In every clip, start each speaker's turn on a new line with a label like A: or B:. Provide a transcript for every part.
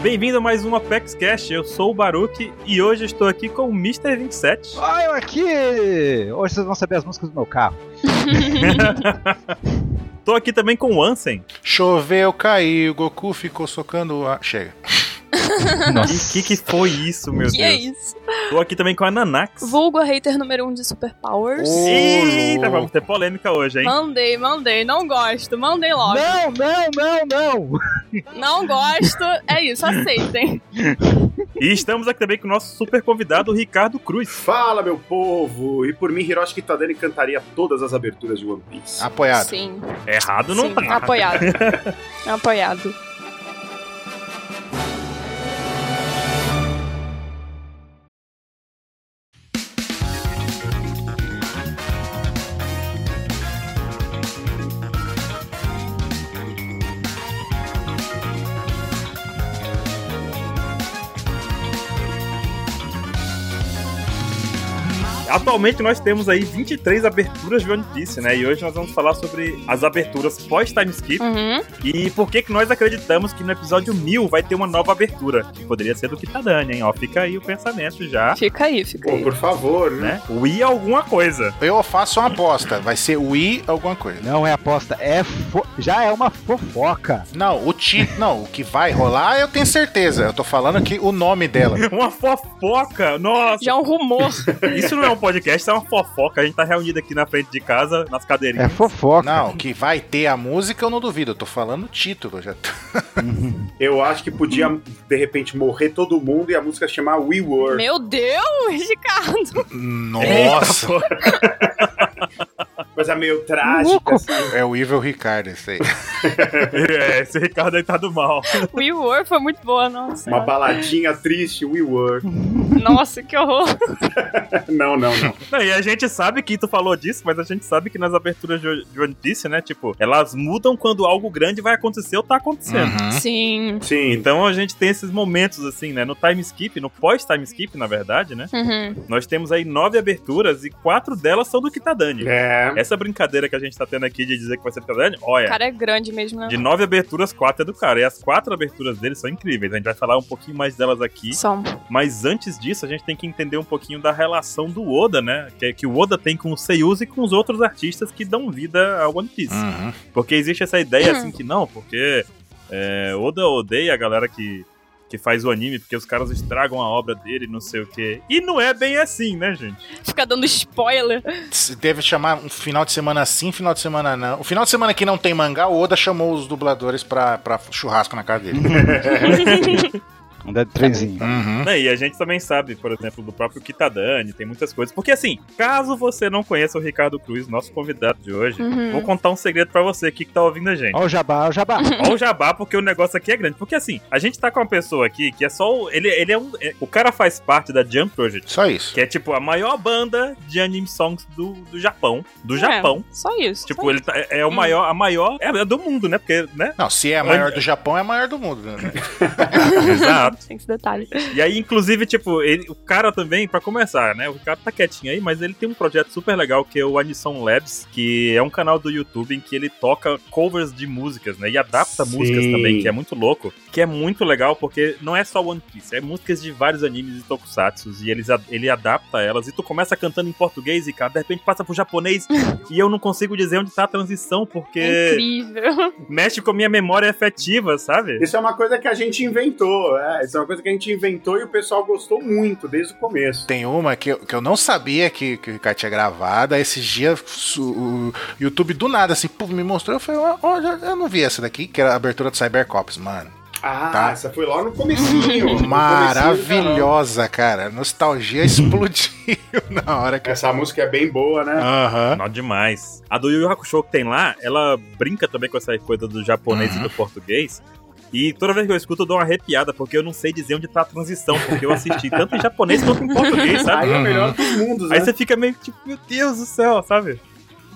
A: Bem-vindo a mais um Apex Cast. Eu sou o Baruque e hoje estou aqui com o Mr. 27.
B: Ah, eu aqui! Hoje vocês vão saber as músicas do meu carro.
A: Tô aqui também com o Ansem.
C: Choveu, caiu, Goku ficou socando a. Chega.
A: E que que foi isso, meu
D: que
A: Deus?
D: é isso?
A: Tô aqui também com a Nanax.
D: Vulgo hater número 1 um de Super Powers.
C: Ô,
A: Eita,
C: louco.
A: vamos ter polêmica hoje, hein?
D: Mandei, mandei. Não gosto, mandei logo.
B: Não, não, não, não!
D: Não gosto. É isso, aceitem.
A: E estamos aqui também com o nosso super convidado, Ricardo Cruz.
E: Fala, meu povo! E por mim, Hiroshi Kitadani cantaria todas as aberturas de One Piece.
C: Apoiado.
D: Sim,
A: Errado não
D: sim.
A: tá.
D: Apoiado. Apoiado.
A: Atualmente nós temos aí 23 aberturas de One Piece, né? E hoje nós vamos falar sobre as aberturas pós-time skip
D: Uhum.
A: e por que que nós acreditamos que no episódio 1000 vai ter uma nova abertura, que poderia ser do Kitadani, hein? Ó, fica aí o pensamento já,
D: Fica aí, fica
E: Pô,
D: aí.
E: por favor, né?
A: né? Wii alguma coisa.
C: Eu faço uma aposta. Vai ser Wii alguma coisa.
B: Não é aposta, é fo... já é uma fofoca.
C: Não, o ti... Não, o que vai rolar eu tenho certeza. Eu tô falando que o nome dela.
A: Uma fofoca! Nossa!
D: Já é um rumor.
A: Isso não é um podcast, isso é uma fofoca. A gente tá reunido aqui na frente de casa, nas cadeirinhas.
B: É fofoca.
C: Não, que vai ter a música eu não duvido. Eu tô falando o título. Já tô-
E: Eu acho que podia, de repente, morrer todo mundo e a música chamar We Were.
D: Meu Deus, Ricardo.
C: Nossa!
A: Eita,
E: Coisa meio trágica,
B: Louco.
E: assim.
C: É o Evil Ricardo esse aí.
A: pô. É, esse Ricardo aí tá do mal.
D: We Were foi muito boa, nossa.
E: Uma baladinha triste, We Were.
D: Nossa, que horror.
E: Não, não, não.
A: Não, e a gente sabe que tu falou disso, mas a gente sabe que nas aberturas de de One Piece, né? Tipo, elas mudam quando algo grande vai acontecer ou tá acontecendo.
C: Uhum.
D: Sim.
E: Sim.
A: Então a gente tem esses momentos assim, né? No time skip, no pós-time skip, na verdade, né?
D: Uhum.
A: Nós temos aí nove aberturas e quatro delas são do Kitadani.
E: É.
A: Essa brincadeira que a gente tá tendo aqui de dizer que vai ser do Kitadani, olha.
D: O cara é grande mesmo, né?
A: De nove aberturas, quatro é do cara. E as quatro aberturas dele são incríveis. A gente vai falar um pouquinho mais delas aqui.
D: São.
A: Mas antes disso, a gente tem que entender um pouquinho da relação do Oda, né? Que, que o Oda tem com o Seiyuzi e com os outros artistas que dão vida a One Piece.
C: Uhum.
A: Porque existe essa ideia assim que não, porque é, Oda odeia a galera que, que faz o anime, porque os caras estragam a obra dele, não sei o quê. E não é bem assim, né, gente?
D: Fica dando spoiler.
C: Se Deve chamar um final de semana sim, final de semana não. O final de semana que não tem mangá, o Oda chamou os dubladores pra, pra churrasco na casa
E: Uhum.
C: dele.
B: Andar Um de trenzinho.
C: Uhum.
A: Né, E a gente também sabe, por exemplo, do próprio Kitadani, tem muitas coisas. Porque assim, caso você não conheça o Ricardo Cruz, nosso convidado de hoje,
D: Uhum.
A: vou contar um segredo pra você aqui que tá ouvindo a gente.
B: Ó o jabá, ó o jabá.
A: Olha o jabá, porque o negócio aqui é grande. Porque assim, a gente tá com uma pessoa aqui que é só. o- Ele, ele é um. é- o cara faz parte da Jump Project,
C: Só isso.
A: que é tipo a maior banda de anime songs do, do Japão. Do Japão.
D: É, só isso.
A: Tipo,
D: só
A: ele tá- é é o maior. A maior. É é do mundo, né? Porque, né?
C: Não, se é a maior do Japão, é a maior do mundo. né?
A: Exato.
D: isso. Tem esse detalhe.
A: E aí, inclusive, tipo, ele- o cara também, pra começar, né? O cara tá quietinho aí, mas ele tem um projeto super legal que é o Anisson Labs, que é um canal do YouTube em que ele toca covers de músicas, né? E adapta
E: Sim.
A: músicas também, que é muito louco. Que é muito legal, porque não é só One Piece, é músicas de vários animes e tokusatsu, e eles, a- ele adapta elas, e tu começa cantando em português, e cara, de repente passa pro japonês, e eu não consigo dizer onde tá a transição,
D: É
A: porque
D: incrível.
A: mexe com a minha memória afetiva, sabe?
E: Isso é uma coisa que a gente inventou, é. Isso é uma coisa que a gente inventou e o pessoal gostou muito desde o começo.
C: Tem uma que eu, que eu não sabia que, que o Ricardo tinha gravado. aí Esses dias su- o YouTube do nada assim, pum, me mostrou. Eu falei, ó, ó, já- eu não vi essa daqui, que era a abertura do Cybercops, mano.
E: Ah,
C: Tá.
E: essa foi logo no comecinho. então. No comecinho do canal.
C: Maravilhosa, cara. Nostalgia explodiu na hora que.
E: Essa música é bem boa, né?
C: Aham.
A: Não demais. A do Yu Yu Hakusho que tem lá, ela brinca também com essa coisa do japonês e
C: Uhum.
A: do português. E toda vez que eu escuto, eu dou uma arrepiada, porque eu não sei dizer onde tá a transição, porque eu assisti tanto em japonês quanto em português, sabe?
E: Aí é
C: Uhum.
E: melhor dos mundos, né?
A: Aí você fica meio tipo, meu Deus do céu, sabe?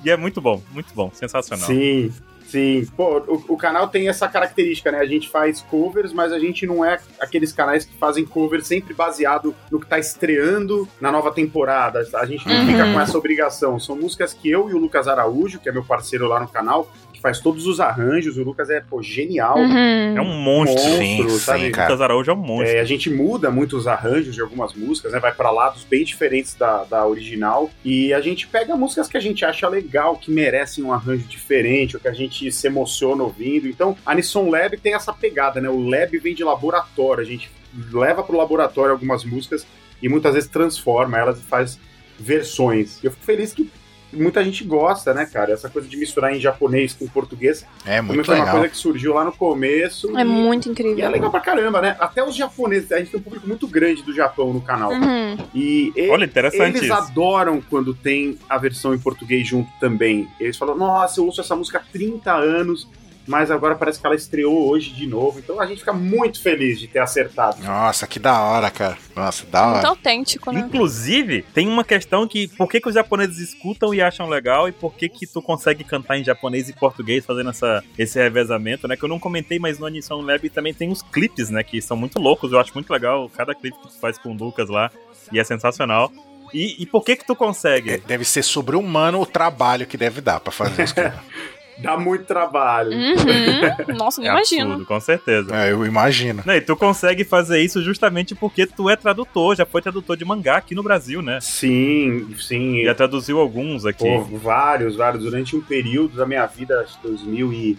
A: E é muito bom, muito bom, sensacional.
E: Sim, sim. Pô, o, o canal tem essa característica, né? A gente faz covers, mas a gente não é aqueles canais que fazem covers sempre baseado no que tá estreando na nova temporada. A gente não
D: Uhum.
E: fica com essa obrigação. São músicas que eu e o Lucas Araújo, que é meu parceiro lá no canal, que faz todos os arranjos, o Lucas é, pô, genial.
D: Uhum.
A: É um monstro.
E: Monstro,
C: Sim,
E: sabe?
C: sim,
A: O
C: cara.
A: Lucas Araújo é um monstro.
E: É, a gente muda muito os arranjos de algumas músicas, né? Vai pra lados bem diferentes da, da original. E a gente pega músicas que a gente acha legal, que merecem um arranjo diferente, ou que a gente se emociona ouvindo. Então, a Nissan Lab tem essa pegada, né? O Lab vem de laboratório. A gente leva pro laboratório algumas músicas e muitas vezes transforma elas e faz versões. E eu fico feliz que muita gente gosta, né, cara? Essa coisa de misturar em japonês com português
C: É
E: também
C: muito
E: foi uma
C: legal.
E: coisa que surgiu lá no começo.
D: É
E: e-
D: muito
E: e é
D: incrível.
E: legal pra caramba, né? Até os japoneses, a gente tem um público muito grande do Japão no canal.
D: Uhum.
E: E e-
A: Olha, é interessante
E: É. eles
A: isso.
E: adoram quando tem a versão em português junto também. Eles falam, nossa, eu ouço essa música há 30 anos, mas agora parece que ela estreou hoje de novo. Então a gente fica muito feliz de ter acertado.
C: Nossa, que da hora, cara. Nossa, da
E: Ah,
C: hora.
D: Muito autêntico, né?
A: Inclusive, tem uma questão que por que, que os japoneses escutam e acham legal e por que que tu consegue cantar em japonês e português fazendo essa, esse revezamento, né? Que eu não comentei, mas no Anisson Lab também tem uns clipes, né? Que são muito loucos, eu acho muito legal cada clipe que tu faz com o Lucas lá e é sensacional. E, e por que que tu
C: De-
A: consegue?
C: Deve ser sobre-humano o trabalho que deve dar pra fazer isso. cara.
E: Dá muito trabalho.
D: Uhum. Nossa, não
A: É
D: imagino.
A: absurdo, com certeza.
C: é, eu imagino.
A: Né, e tu consegue fazer isso justamente porque tu é tradutor, já foi tradutor de mangá aqui no Brasil, né?
E: Sim, sim.
A: Já traduziu alguns aqui.
E: Pô, vários, vários. Durante um período da minha vida, acho que 2000 e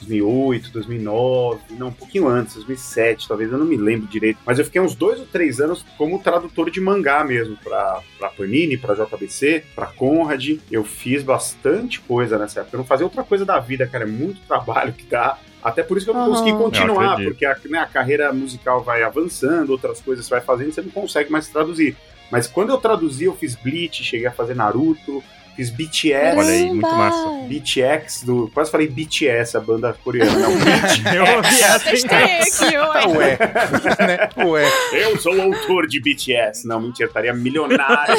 E: 2008, 2009, não, um pouquinho antes, 2007, talvez, eu não me lembro direito. Mas eu fiquei uns dois ou três anos como tradutor de mangá mesmo, pra, pra Panini, pra JBC, pra Conrad. Eu fiz bastante coisa nessa época. Eu não fazia outra coisa da vida, cara. É muito trabalho que dá. Até por isso que eu não
D: Aham.
E: consegui
A: Eu
E: continuar,
A: acredito.
E: porque a, né, a carreira musical vai avançando, outras coisas você vai fazendo, você não consegue mais traduzir. Mas quando eu traduzi, eu fiz Bleach, cheguei a fazer Naruto, fiz BTS.
A: Olha aí, muito
D: Caramba!
A: massa.
E: BTX do. Quase falei BTS, a banda coreana. Não, BTS.
A: Eu ouvi essa, hein?
E: É
D: Estranhei aqui, ué.
C: Ué, né? Ué.
E: Eu sou o autor de BTS. Não, mentira, eu estaria milionário.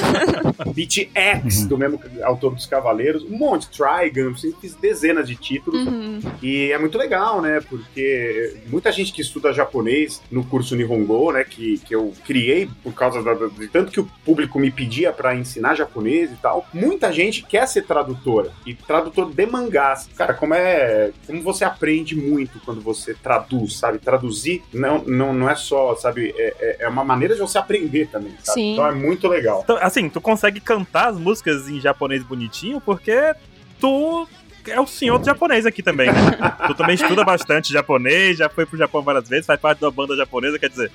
E: BTX, do mesmo autor dos Cavaleiros. Um monte, Trigun, assim, fiz dezenas de títulos.
D: Uhum.
E: E é muito legal, né? Porque muita gente que estuda japonês no curso Nihongo, né? Que, que eu criei por causa da, da- de tanto que o público me pedia pra ensinar japonês e tal. Muita gente quer ser tradutora e tradutor de mangás. Cara, como é. Como você aprende muito quando você traduz, sabe? Traduzir não, não, não é só, sabe? É, é- é uma maneira de você aprender também, sabe?
D: Sim.
E: Então é muito legal.
A: Então, assim, tu consegue cantar as músicas em japonês bonitinho porque tu é o senhor do japonês aqui também, né? tu também estuda bastante japonês, já foi pro Japão várias vezes, faz parte da banda japonesa, quer dizer,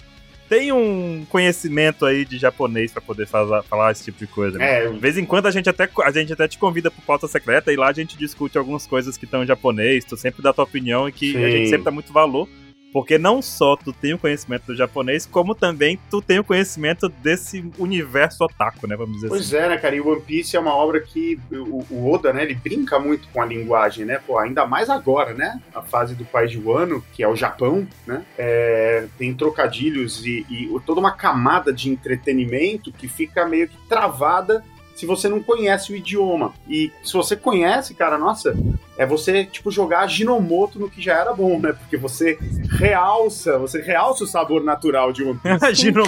A: tem um conhecimento aí de japonês pra poder falar, falar esse tipo de coisa, né?
E: É,
A: De vez em quando a gente até, a gente até te convida pro pauta secreta e lá a gente discute algumas coisas que estão em japonês, tu sempre dá tua opinião e que a gente
E: Sim.
A: sempre dá muito valor. Porque não só tu tem o conhecimento do japonês, como também tu tem o conhecimento desse universo otaku, né? Vamos dizer assim.
E: Pois é, né, cara? E One Piece é uma obra que o, o Oda, né, ele brinca muito com a linguagem, né? Pô, ainda mais agora, né? A fase do país de Wano, que é o Japão, né? É, tem trocadilhos e, e o- toda uma camada de entretenimento que fica meio que travada se você não conhece o idioma. E se você conhece, cara, nossa, é você, tipo, jogar Ginomoto no que já era bom, né? Porque você realça, você realça o sabor natural de One Piece.
A: Imagina um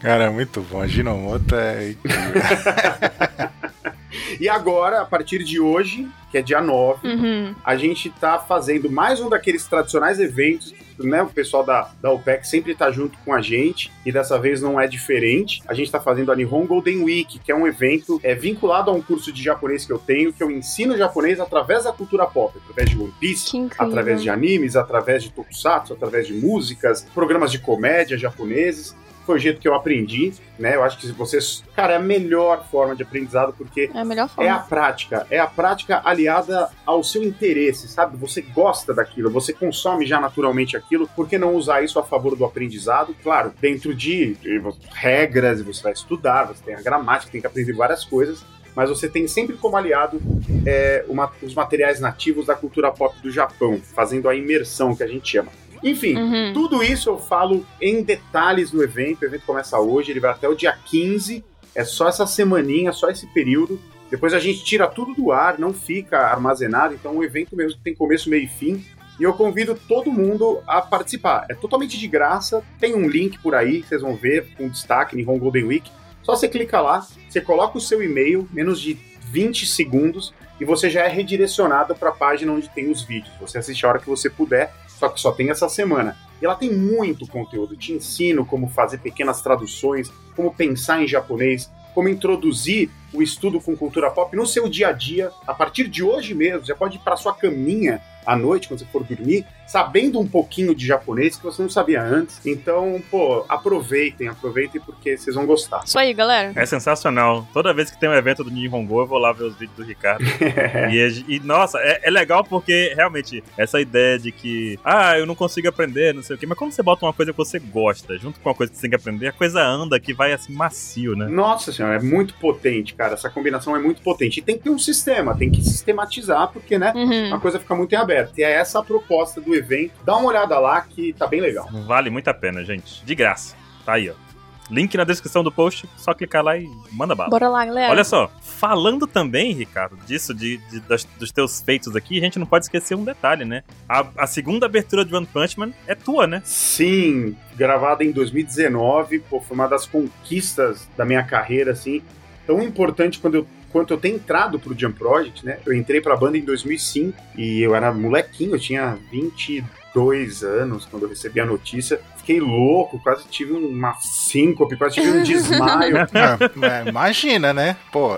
C: Cara, é muito bom. Ginomoto é.
E: E agora, a partir de hoje, que é dia 9,
D: Uhum.
E: a gente tá fazendo mais um daqueles tradicionais eventos, né? O pessoal da, da OPEC sempre tá junto com a gente e dessa vez não é diferente. A gente tá fazendo a Nihon Golden Week, que é um evento é, vinculado a um curso de japonês que eu tenho, que eu ensino japonês através da cultura pop, através de One Piece,
D: Que incrível.
E: através de animes, através de tokusatsu, através de músicas, programas de comédia japoneses. Foi o jeito que eu aprendi, né? Eu acho que se vocês. Cara, é a melhor forma de aprendizado, porque
D: É a melhor
E: é a
D: forma.
E: prática, é a prática aliada ao seu interesse, sabe? Você gosta daquilo, você consome já naturalmente aquilo, por que não usar isso a favor do aprendizado? Claro, dentro de eh, regras, você vai estudar, você tem a gramática, tem que aprender várias coisas, mas você tem sempre como aliado eh, uma- os materiais nativos da cultura pop do Japão, fazendo a imersão que a gente chama. Enfim,
D: Uhum.
E: tudo isso eu falo em detalhes no evento. O evento começa hoje, ele vai até o dia 15. É só essa semaninha, só esse período. Depois a gente tira tudo do ar, não fica armazenado. Então, o evento mesmo tem começo, meio e fim. E eu convido todo mundo a participar. É totalmente de graça. Tem um link por aí que vocês vão ver com destaque em Home Golden Week. Só você clica lá, você coloca o seu e-mail, menos de 20 segundos e você já é redirecionado para a página onde tem os vídeos. Você assiste a hora que você puder, só que só tem essa semana. E ela tem muito conteúdo, te ensino como fazer pequenas traduções, como pensar em japonês, como introduzir o estudo com cultura pop no seu dia a dia. A partir de hoje mesmo, já pode ir para sua caminha à noite, quando você for dormir, sabendo um pouquinho de japonês que você não sabia antes. Então, pô, aproveitem, aproveitem porque vocês vão gostar.
D: Isso aí, galera.
A: É sensacional. Toda vez que tem um evento do Nihongo, eu vou lá ver os vídeos do Ricardo. e, é gi- e, nossa, é, é legal porque realmente essa ideia de que, ah, eu não consigo aprender, não sei o quê, mas quando você bota uma coisa que você gosta junto com uma coisa que você tem que aprender, a coisa anda que vai assim macio, né?
E: Nossa senhora, é muito potente, cara. Essa combinação é muito potente. E tem que ter um sistema, tem que sistematizar, porque, né?
D: Uhum.
E: A coisa fica muito em aberto. E é essa a proposta do evento. Dá uma olhada lá que tá bem legal.
A: Vale muito a pena, gente. De graça. Tá aí, ó. Link na descrição do post, só clicar lá e manda bala.
D: Bora lá, galera.
A: Olha só, falando também, Ricardo, disso, de, de- das- dos teus feitos aqui, a gente não pode esquecer um detalhe, né? A, a segunda abertura de One Punch Man é tua, né?
E: Sim, gravada em 2019, pô, foi uma das conquistas da minha carreira, assim. Tão importante quando eu, quanto eu ter entrado pro Jump Project, né? Eu entrei pra banda em 2005 e eu era molequinho, eu tinha 22 anos quando eu recebi a notícia. Fiquei louco, quase tive uma síncope, quase tive um desmaio.
C: Ah, mas imagina, né? Pô,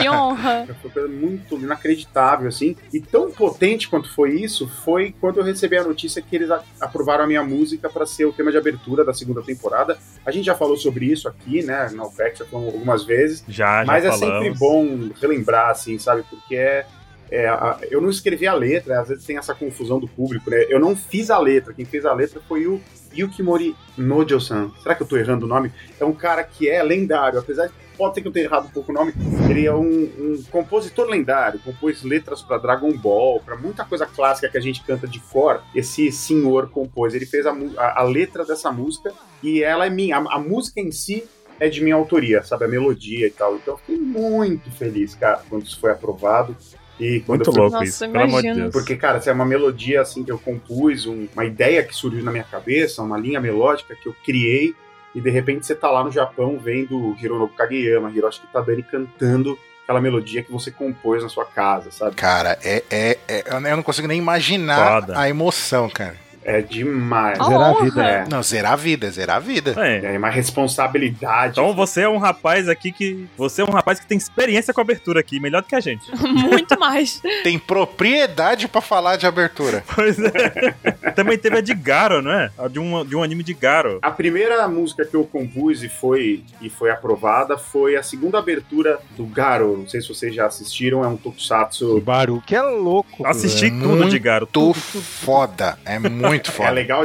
D: Que honra.
E: Foi uma coisa muito inacreditável, assim. E tão potente quanto foi isso, foi quando eu recebi a notícia que eles a- aprovaram a minha música para ser o tema de abertura da segunda temporada. A gente já falou sobre isso aqui, né? Na OPEC já falamos algumas vezes.
A: Já, já
E: Mas é
A: falamos.
E: sempre bom relembrar, assim, sabe? Porque é. é, a- eu não escrevi a letra, às vezes tem essa confusão do público, né? Eu não fiz a letra, quem fez a letra foi o Yukimori Nojo-san. Será que eu tô errando o nome? É um cara que é lendário, apesar de. Pode ser que eu tenha errado um pouco o nome. Ele é um, um compositor lendário, compôs letras pra Dragon Ball, pra muita coisa clássica que a gente canta de cor. Esse senhor compôs, ele fez a, mu- a- a letra dessa música e ela é minha. A- a música em si é de minha autoria, sabe? A melodia e tal. Então eu fiquei muito feliz, cara, quando isso foi aprovado. E quando
A: Muito
E: eu fui-
A: louco
D: Nossa,
A: isso, pelo amor de
D: imagino.
A: Deus.
E: Porque, cara, se é uma melodia assim que eu compus, um- uma ideia que surgiu na minha cabeça, uma linha melódica que eu criei, e de repente você tá lá no Japão vendo Hironobu Kageyama, Hiroshi Kitadani cantando aquela melodia que você compôs na sua casa, sabe?
C: cara, é, é, é- eu não consigo nem imaginar
A: Foda.
C: a emoção, cara.
E: É demais.
D: A
B: Zerar a vida.
D: honra.
E: É.
C: Não, zerar a vida, zerar a vida.
A: É.
E: É uma responsabilidade.
A: Então você é um rapaz aqui que. Você é um rapaz que tem experiência com abertura aqui, melhor do que a gente.
D: Muito mais.
C: Tem propriedade pra falar de abertura.
A: Pois é. Também teve a de Garo, não é? A de um, de um anime de Garo.
E: A primeira música que eu compus e foi, e foi aprovada foi a segunda abertura do Garo. Não sei se vocês já assistiram, é um
B: O
E: tokusatsu.
B: Baruque é louco.
C: é
A: Assisti tudo de Garo.
C: Tô foda. É muito
E: É
C: foda.
E: legal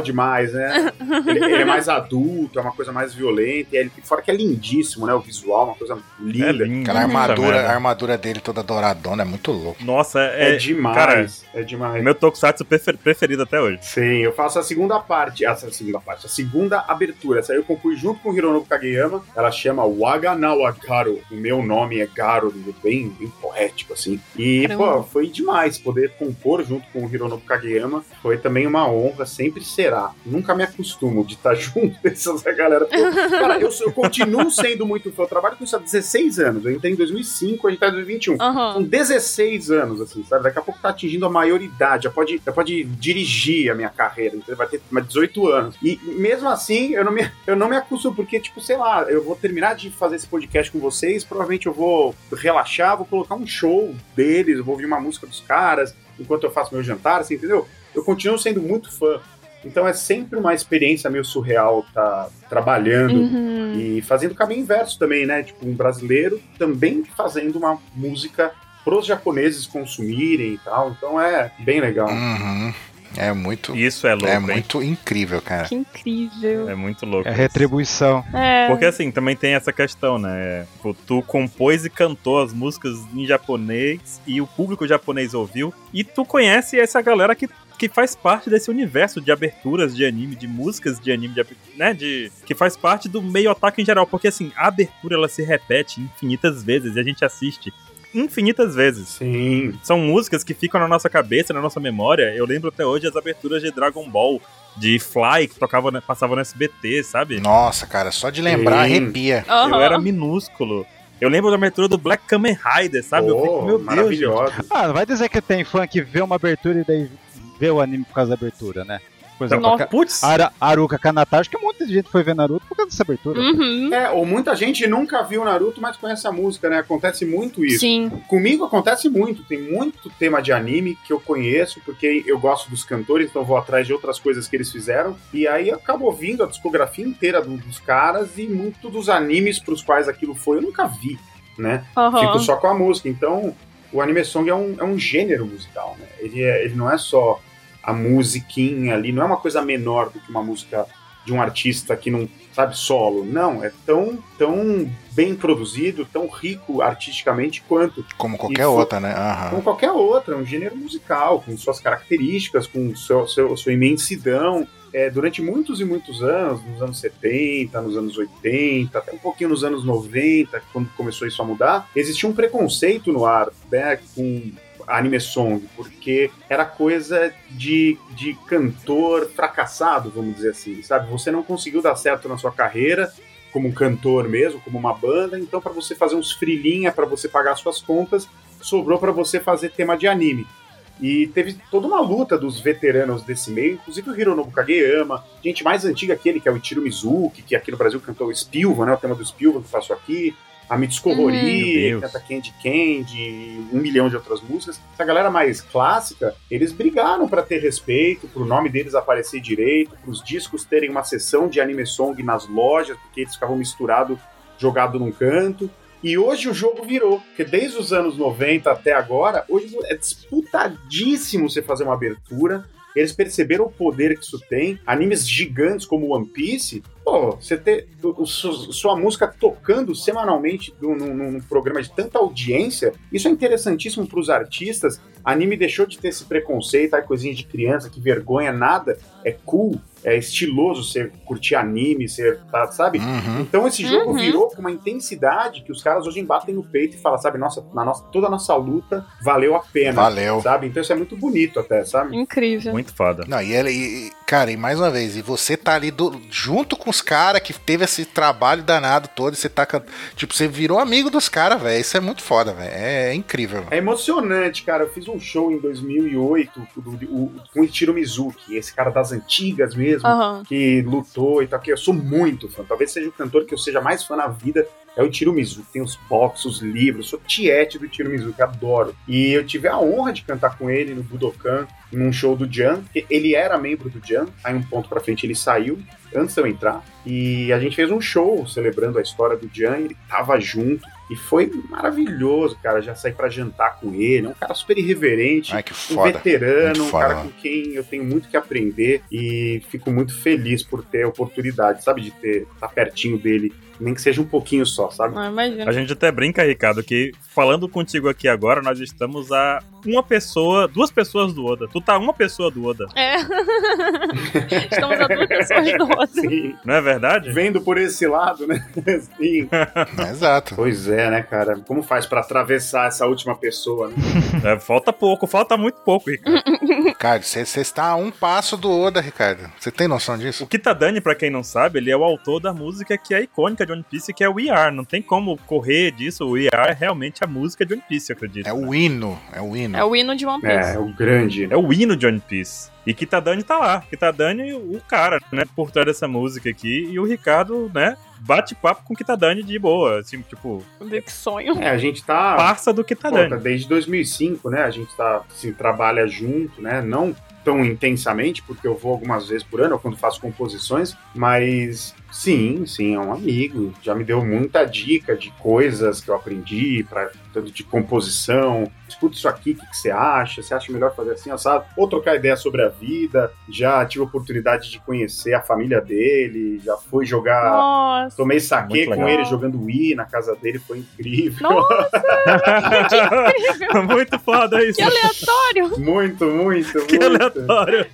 E: demais, né? Ele, ele é mais adulto, é uma coisa mais violenta. E ele, fora que é lindíssimo, né? O visual, uma coisa
A: É
E: linda.
A: lindo.
C: Cara, a
A: Puta
C: armadura,
A: merda.
C: a armadura dele toda douradona é muito louco.
A: Nossa,
E: É,
A: é,
E: demais. é demais.
A: meu tokusatsu prefer- preferido até hoje.
E: Sim, eu faço a segunda parte, essa segunda parte, a segunda abertura. Essa aí eu compus junto com o Hironobu Kageyama. Ela chama Waganawa Garo. O meu nome é Garo, bem, bem poético, assim. E,
D: Caramba.
E: pô, foi demais poder compor junto com o Hironobu Kageyama. Foi também uma honra, sempre será. Nunca me acostumo de estar junto dessas galera. porque eu- Cara, eu, sou- eu continuo sendo muito fã. Eu trabalho com isso há 16 anos. Eu entrei em 2005, a gente tá em 2021.
D: Aham.
E: Com 16 anos, assim, sabe? Daqui a pouco tá atingindo a maioridade, já pode, já pode dirigir a minha carreira, então vai ter mais 18 anos. E mesmo assim, eu não, me, eu não me acuso, porque, tipo, sei lá, eu vou terminar de fazer esse podcast com vocês, provavelmente eu vou relaxar, vou colocar um show deles, eu vou ouvir uma música dos caras, enquanto eu faço meu jantar, assim, entendeu? Eu continuo sendo muito fã. Então é sempre uma experiência meio surreal tá trabalhando
A: Hum.
D: Uhum.
E: e fazendo o caminho inverso também, né? Tipo, um brasileiro também fazendo uma música pros japoneses consumirem e tal. Então é bem legal.
C: Uhum. É muito.
A: Isso é louco,
C: É
A: hein?
C: muito incrível, cara.
D: Que incrível.
A: É muito louco.
B: É retribuição.
D: É.
A: Porque assim, também tem essa questão, né? Tipo, tu compôs e cantou as músicas em japonês e o público japonês ouviu. E tu conhece essa galera que, que faz parte desse universo de aberturas de anime, de músicas de anime, de, abe- né? De, que faz parte do meio otaku em geral. Porque assim, a abertura ela se repete infinitas vezes e a gente assiste infinitas vezes.
E: Sim.
A: São músicas que ficam na nossa cabeça, na nossa memória. Eu lembro até hoje as aberturas de Dragon Ball, de Fly, que tocava, né, na- passava no SBT, sabe?
C: Nossa, cara, só de lembrar
E: Sim.
C: arrepia.
D: Aham.
A: Eu era minúsculo. Eu lembro da abertura do Black Kamen Rider, sabe? eu fico,
E: Pô,
A: meu Deus. gente.
E: maravilhosa.
B: Ah, não vai dizer que tem fã que vê uma abertura e daí vê o anime por causa da abertura, né? Por exemplo,
D: Nossa.
B: a Ca-
A: Putz,
B: Ara- Aruka Kanata, acho que um monte de gente foi ver Naruto por causa dessa abertura.
D: Uhum.
E: É, ou muita gente nunca viu Naruto, mas conhece a música, né? Acontece muito isso.
D: Sim.
E: Comigo acontece muito, tem muito tema de anime que eu conheço, porque eu gosto dos cantores, então eu vou atrás de outras coisas que eles fizeram. E aí eu acabo ouvindo a discografia inteira do- dos caras e muito dos animes pros quais aquilo foi, eu nunca vi, né? Fico
D: Aham.
E: só com a música. Então, o anime song é um, é um gênero musical, né? Ele, é- ele não é só a musiquinha ali, não é uma coisa menor do que uma música de um artista que não sabe solo. Não, é tão, tão bem produzido, tão rico artisticamente quanto
C: Como qualquer
E: Isso.
C: outra, né? Aham.
E: como qualquer outra, é um gênero musical, com suas características, com seu, seu- sua imensidão. É, durante muitos e muitos anos, nos anos 70, nos anos 80, até um pouquinho nos anos 90, quando começou isso a mudar, existia um preconceito no ar né, com anime song, porque era coisa de, de cantor fracassado, vamos dizer assim, sabe? Você não conseguiu dar certo na sua carreira, como um cantor mesmo, como uma banda, então para você fazer uns frilinha, para você pagar suas contas, sobrou para você fazer tema de anime. E teve toda uma luta dos veteranos desse meio, inclusive o Hironobu Kageyama, gente mais antiga que ele, que é o Ichiro Mizuki, que aqui no Brasil cantou o Spilvan, né, o tema do Spilvan que passou aqui, a Mitsuko
D: Uhum.
E: Hori,
A: Meu Deus.
E: canta Candy Candy, um milhão de outras músicas. Essa galera mais clássica, eles brigaram para ter respeito, pro nome deles aparecer direito, pros discos terem uma sessão de anime song nas lojas, porque eles ficavam misturados, jogado num canto. E hoje o jogo virou, porque desde os anos 90 até agora, hoje é disputadíssimo você fazer uma abertura. Eles perceberam o poder que isso tem. Animes gigantes como One Piece, pô, você ter o- o su- sua música tocando semanalmente do- num, num programa de tanta audiência, isso é interessantíssimo para os artistas. Anime deixou de ter esse preconceito, ai, coisinha de criança, que vergonha, nada. É cool, é estiloso você curtir anime, você, tá, sabe?
C: Uhum.
E: Então esse jogo
D: Uhum.
E: virou com uma intensidade que os caras hoje embatem no peito e falam, sabe, nossa, na nossa, toda a nossa luta valeu a pena.
C: Valeu.
E: Sabe? Então isso é muito bonito até, sabe?
D: Incrível.
A: muito foda.
C: Não, e ele, e- e- cara, e mais uma vez, e você tá ali do- junto com os caras que teve esse trabalho danado todo, e você tá can- Tipo, você virou amigo dos caras, velho. Isso é muito foda, velho. É, incrível.
E: É emocionante, cara. Eu fiz um show em 2008 com do- o- com o Ichiro Mizuki, esse cara das antigas mesmo,
D: Aham.
E: que lutou e tal, que eu sou muito fã. Talvez seja o cantor que eu seja mais fã na vida, é o Ichiro Mizuki. Tem os boxes, os livros, sou tiete do Ichiro Mizuki, adoro. E eu tive a honra de cantar com ele no Budokan, num show do Jam, porque ele era membro do Jam, aí um ponto pra frente ele saiu, antes de eu entrar, e a gente fez um show celebrando a história do Jam, ele tava junto, e foi maravilhoso, cara, já saí pra jantar com ele, é um cara super irreverente,
C: Ai, que
E: um
C: foda.
E: veterano,
C: Muito
E: um
C: foda,
E: cara com
C: mano.
E: quem eu tenho muito que aprender e fico muito feliz por ter a oportunidade, sabe, de ter estar pertinho dele, nem que seja um pouquinho só, sabe?
D: Ah, imagina.
A: A gente até brinca, Ricardo, que falando contigo aqui agora, nós estamos a uma pessoa, duas pessoas do Oda. Tu tá uma pessoa do Oda,
D: É. Estamos a duas pessoas do outro.
E: Sim.
A: não é verdade?
E: Assim, Vendo por esse lado, né? Sim.
C: Exato.
E: Pois é, né, cara? Como faz pra atravessar essa última pessoa, né?
A: É, falta pouco, falta muito pouco, Ricardo.
C: Ricardo, você você está a um passo do Oda, Ricardo. Você tem noção disso?
A: O Kitadani, pra quem não sabe, ele é o autor da música que é icônica de One Piece, que é We Are. Não tem como correr disso. O We Are é realmente a música de One Piece, eu acredito.
C: É o hino. É o hino.
D: É o hino de One Piece.
E: É, o grande.
A: É o hino de One Piece. E Kitadani tá lá. Kitadani, o cara, né, por trás dessa música aqui. E o Ricardo, né, bate papo com o Kitadani de boa. Assim, tipo,
D: Vê Que sonho.
E: É, a gente tá.
A: parça do
E: Pô, tá
A: Kitadani.
E: desde 2005, né? A gente tá, assim, trabalha junto, né? Não tão intensamente, porque eu vou algumas vezes por ano, quando faço composições, mas sim, sim, é um amigo. Já me deu muita dica de coisas que eu aprendi, pra, tanto de composição. Escuta isso aqui, o que, que você acha? Você acha melhor fazer assim, assado? Ou trocar ideia sobre a vida. Já tive a oportunidade de conhecer a família dele, já fui jogar.
D: Nossa.
E: Tomei saque
A: Muito
E: com
A: legal.
E: ele jogando Wii na casa dele, foi incrível.
D: Nossa, incrível.
A: muito foda isso.
D: Que aleatório.
E: Muito, muito,
A: Que
E: muito.
A: aleatório.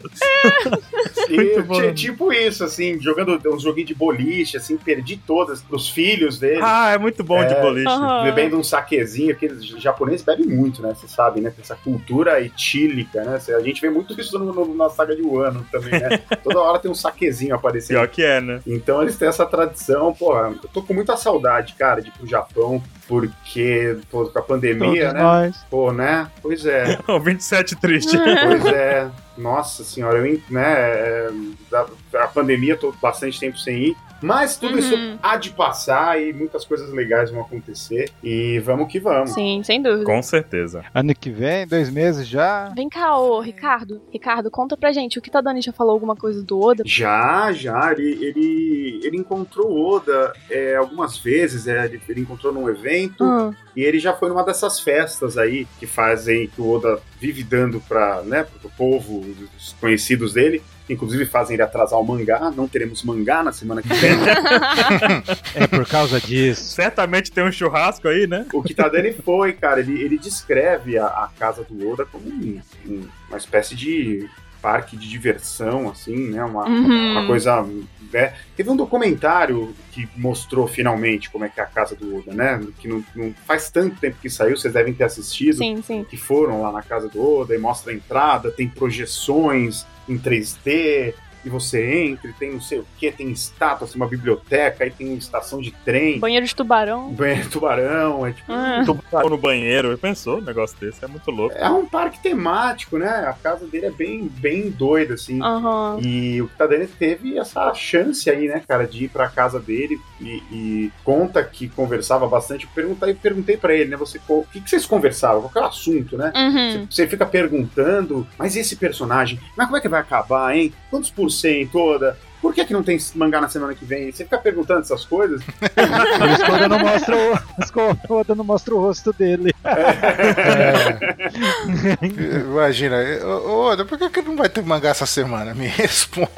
E: E
A: Muito
E: ti-
A: bom.
E: tipo isso, assim, jogando um joguinho de boliche, assim, perdi todas pros filhos dele.
A: Ah, é muito bom de boliche.
D: Aham.
E: Bebendo um saquezinho, aqueles japoneses bebem muito, né? Você sabe, né? Tem Essa cultura etílica, né? Cê- A gente vê muito isso no- no- na saga de Wano também, né? Toda hora tem um saquezinho aparecendo.
A: Pior que é, né?
E: Então eles têm essa tradição, porra. Eu tô com muita saudade, cara, de ir pro Japão, porque pô, com a pandemia,
B: Todos
E: né?
B: nós.
E: Pô, né? Pois é,
A: O 27 triste.
D: Ah.
E: pois é. Nossa senhora, eu, né? é, da- A pandemia, tô bastante tempo sem ir. Mas tudo isso
D: Uhum.
E: há de passar e muitas coisas legais vão acontecer. E vamos que vamos.
D: Sim, sem dúvida.
A: Com certeza.
B: Ano que vem, dois meses já.
D: Vem cá, ô Ricardo. Ricardo, conta pra gente. O que Tadani já falou alguma coisa do Oda?
E: Já, já, ele, ele, ele encontrou o Oda é, algumas vezes, é, ele, ele encontrou num evento
D: Hum,
E: e ele já foi numa dessas festas aí que fazem, que o Oda vive dando para né, o povo, os conhecidos dele, que inclusive fazem ele atrasar o mangá, não teremos mangá na semana que vem,
B: É por causa disso.
A: Certamente tem um churrasco aí, né?
E: O Kitadani foi, cara, ele, ele descreve a, a casa do Oda como um- um- uma espécie de parque de diversão, assim, né? Uma,
D: Uhum.
E: uma coisa. né? Teve um documentário que mostrou finalmente como é que é a casa do Oda, né? Que não, não faz tanto tempo que saiu, vocês devem ter assistido.
D: Sim, sim.
E: Que foram lá na casa do Oda e mostra a entrada, tem projeções em 3D, e você entra, e tem não sei o que, tem estátuas, tem uma biblioteca, aí tem uma estação de trem,
D: Banheiro de tubarão.
E: banheiro tubarão, é tipo.
D: Ah.
A: Tô no banheiro. Pensou um negócio desse? É muito louco.
E: É um parque temático, né? A casa dele é bem, bem doida, assim.
D: Aham.
E: E o tá Kitadani é teve essa chance aí, né, cara, de ir pra casa dele e, e conta que conversava bastante. Perguntar, eu perguntei pra ele, né? Você, pô, o que, que vocês conversavam? Qual que era o assunto, né? Você-
D: Uhum.
E: Você fica perguntando, mas esse personagem, mas como é que vai acabar, hein? Quantos por cento toda? Por que, que não tem mangá na semana que vem? Você fica perguntando essas coisas.
B: Por isso que o Oda não mostra o, por isso que o Oda não mostra o rosto dele.
C: Imagina, ô, Oda, por que, que não vai ter mangá essa semana? Me responde.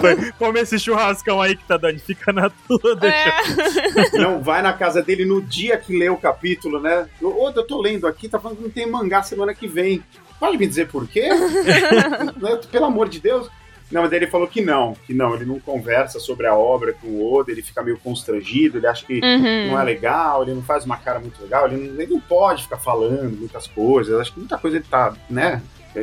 A: Foi, Come esse churrascão aí que tá dando. Fica na tua, deixa.
D: É,
E: Não, vai na casa dele no dia que lê o capítulo, né? Ô, eu tô lendo aqui, tá falando que não tem mangá semana que vem. Pode me dizer por quê? Né, Pelo amor de Deus. Não, mas ele falou que não, que não, ele não conversa sobre a obra com o Oda, ele fica meio constrangido, ele acha que não é
D: uhum.
E: legal, ele não faz uma cara muito legal, ele não, ele não pode ficar falando muitas coisas, acho que muita coisa ele tá, né? É, é,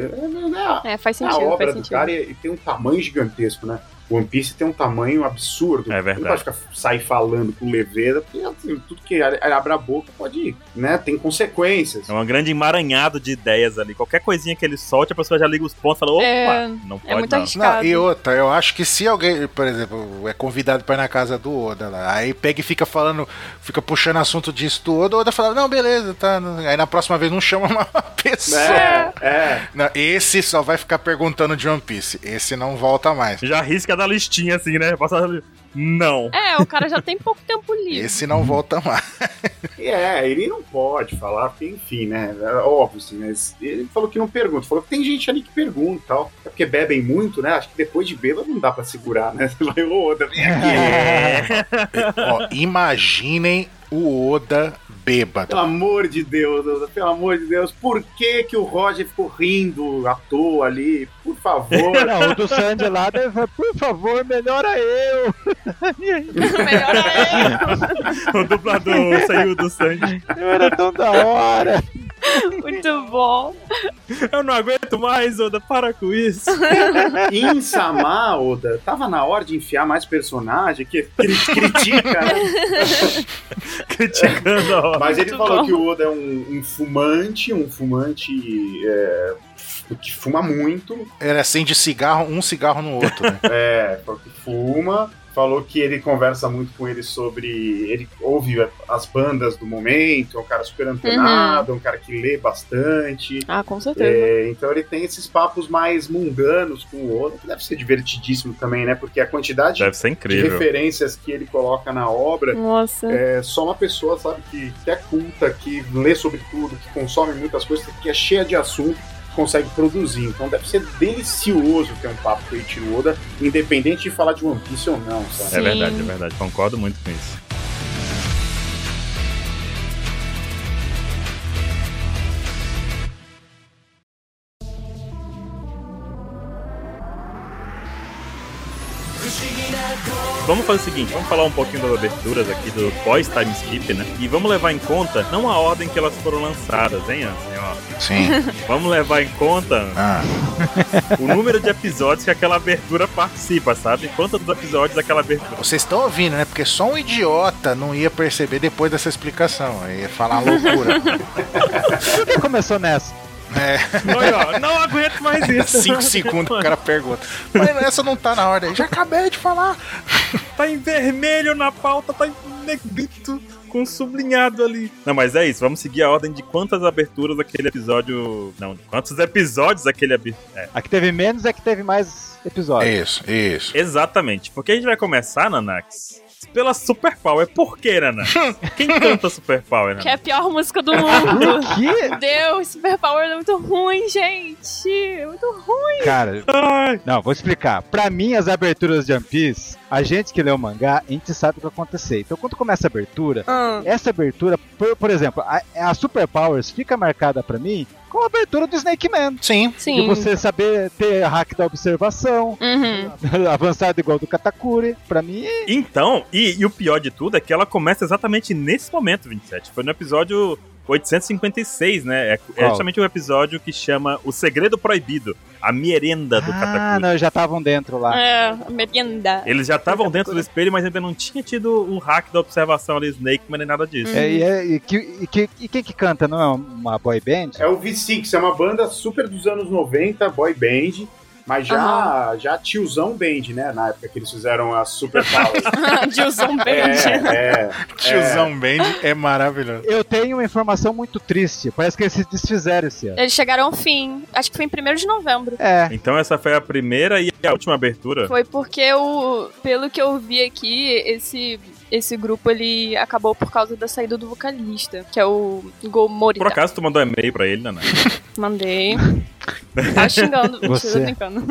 E: é a-
D: é faz
E: a
D: sentido,
E: obra
D: faz
E: do
D: sentido.
E: cara e, e tem um tamanho gigantesco, né? One Piece tem um tamanho absurdo.
A: É verdade.
E: Não pode ficar, sair falando com leveza, porque assim, tudo que a- a- abre a boca pode, né? Tem consequências.
A: É um grande emaranhado de ideias ali. Qualquer coisinha que ele solte, a pessoa já liga os pontos e fala: opa,
D: É,
A: não
D: É
A: pode
D: muito
A: não.
C: Não,
D: arriscado.
C: e outra, eu acho que se alguém, por exemplo, é convidado pra ir na casa do Oda lá, aí pega e fica falando, fica puxando assunto disso do Oda, o Oda fala, não, beleza, tá. Aí na próxima vez não chama uma pessoa.
E: É, é.
C: Não, esse só vai ficar perguntando de One Piece. Esse não volta mais.
A: Já arrisca da listinha assim, né? Passa ali. Não.
D: É, o cara já tem pouco tempo livre.
C: Esse não volta mais.
E: E é, ele não pode falar, porque, enfim, né? É óbvio, assim, mas ele falou que não pergunta. Falou que tem gente ali que pergunta e tal. É porque bebem muito, né? Acho que depois de bêbado não dá pra segurar, né? Você vai, ô, Oda, vem aqui.
A: É.
C: Ó, imaginem o Oda bêbado.
E: Pelo amor de Deus, Deus, pelo amor de Deus, por que que o Roger ficou rindo à toa ali? Por favor.
B: Não, o do Sandy lá deve falar, por favor, melhora eu.
D: Melhor é
A: O dublador saiu do sangue.
B: Eu era tão da hora.
D: ele. Muito bom.
A: Eu não aguento mais, Oda, para com isso.
E: Insama, Oda, tava na hora de enfiar mais personagem que ele critica, né?
A: Criticando a obra.
E: Mas ele
D: Muito
E: falou
D: bom.
E: que o Oda é um, um fumante, um fumante é, que fuma muito,
C: Ele acende cigarro, um cigarro no outro. né?
E: é, falou que fuma. Falou que ele conversa muito com ele sobre. Ele ouve as bandas do momento, é um cara super antenado, é um cara que lê bastante.
D: Ah, com certeza.
E: É, então ele tem esses papos mais mundanos com o Oda, que deve ser divertidíssimo também, né? Porque a quantidade
A: Deve ser
E: de
A: incrível.
E: referências que ele coloca na obra
D: Nossa.
E: é só uma pessoa, sabe, que, que é culta, que lê sobre tudo, que consome muitas coisas, que é cheia de assunto, que consegue produzir. Então deve ser delicioso ter um papo com o Ichiro Oda, independente de falar de One Piece ou não, sabe?
A: É verdade, é
D: Sim.
A: verdade. Concordo muito com isso. vamos fazer o seguinte, vamos falar um pouquinho das aberturas aqui do pós-time skip, né? E vamos levar em conta, não a ordem que elas foram lançadas, hein, Anson? Ó,
C: Sim.
A: Vamos levar em conta
C: Ah,
A: o número de episódios que aquela abertura participa, sabe? Quantos episódios aquela abertura?
C: vocês estão ouvindo, né? Porque só um idiota não ia perceber depois dessa explicação. Ia falar uma loucura.
B: Quem começou nessa?
A: Olha, ó, não aguento mais isso.
C: Cinco segundos que o cara pergunta. Mas essa não tá na ordem. Já acabei de falar.
A: Tá em vermelho na pauta, tá em negrito com um sublinhado ali. Não, mas é isso, vamos seguir a ordem de quantas aberturas aquele episódio. Não, de quantos episódios aquele abi- é,
B: A que teve menos é a que teve mais episódios.
C: Isso, isso.
A: Exatamente, porque a gente vai começar, Nanax, pela Super Power. Por que, Nanax? Quem canta Super Power,
D: Que
A: Nanax?
D: é a pior música do mundo.
B: Por quê?
D: Deus, Superpower é muito ruim, gente. É muito ruim.
B: Cara, não, vou explicar. Pra mim, as aberturas de One Piece, a gente que lê o mangá, a gente sabe o que vai acontecer. Então, quando começa a abertura, essa abertura, por, por exemplo, a, a Super Powers fica marcada pra mim com a abertura do Snake Man.
C: Sim.
D: Sim.
B: De você saber ter hack da observação,
D: Uhum.
B: avançado igual do Katakuri, pra mim.
A: Então, e, e o pior de tudo é que ela começa exatamente nesse momento, 27. Foi no episódio 856, né? É, é
B: Qual?
A: justamente o episódio que chama O Segredo Proibido, a merenda É do
B: Ah,
A: Katakuri.
B: não, já estavam dentro lá.
D: É, merenda.
A: Eles já estavam dentro do espelho, mas ainda não tinha tido o hack da observação ali, Snake, mas nem nada disso.
B: É, e, é- e que- e que- e quem que canta? Não é uma boy band?
E: É o V6, é uma banda super dos anos 90, boy band, mas já, já tiozão band, né? Na época que eles fizeram a Super Power.
D: Gilson Band.
E: é, é.
C: Tiozão Band é maravilhoso.
B: Eu tenho uma informação muito triste. Parece que eles se desfizeram esse ano.
D: Eles chegaram ao fim. Acho que foi em 1 de novembro.
B: É.
A: Então essa foi a primeira e a última abertura.
D: Foi porque o. Pelo que eu vi aqui, esse. Esse grupo ele acabou por causa da saída do vocalista, que é o Go
A: Por
D: Morita.
A: acaso tu mandou e-mail pra ele, Naná?
D: Mandei. Tá xingando, mentira,
B: Você.
D: tô brincando.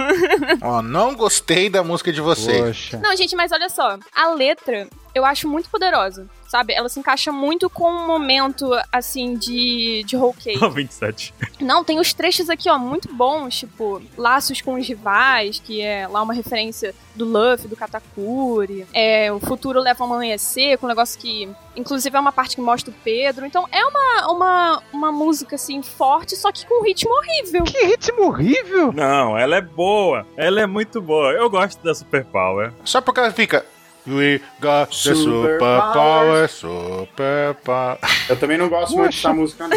C: Ó, não gostei da música de vocês.
B: Poxa.
D: Não, gente, mas olha só. A letra eu acho muito poderosa, sabe? Ela se encaixa muito com um momento, assim, de, de whole cake.
A: 27.
D: Não, tem os trechos aqui, ó, muito bons, tipo, laços com os rivais, que é lá uma referência do Luffy, do Katakuri. É, o futuro leva ao amanhecer, com um negócio que, inclusive, é uma parte que mostra o Pedro. Então, é uma, uma, uma música, assim, forte, só que com um ritmo horrível.
B: Que ritmo horrível!
A: Não, ela é boa. Ela é muito boa. Eu gosto da Super Power.
C: Só porque ela fica. We got the Ah,
E: Super
C: super power, super power.
E: Eu também não gosto muito
B: Poxa.
E: dessa música, não.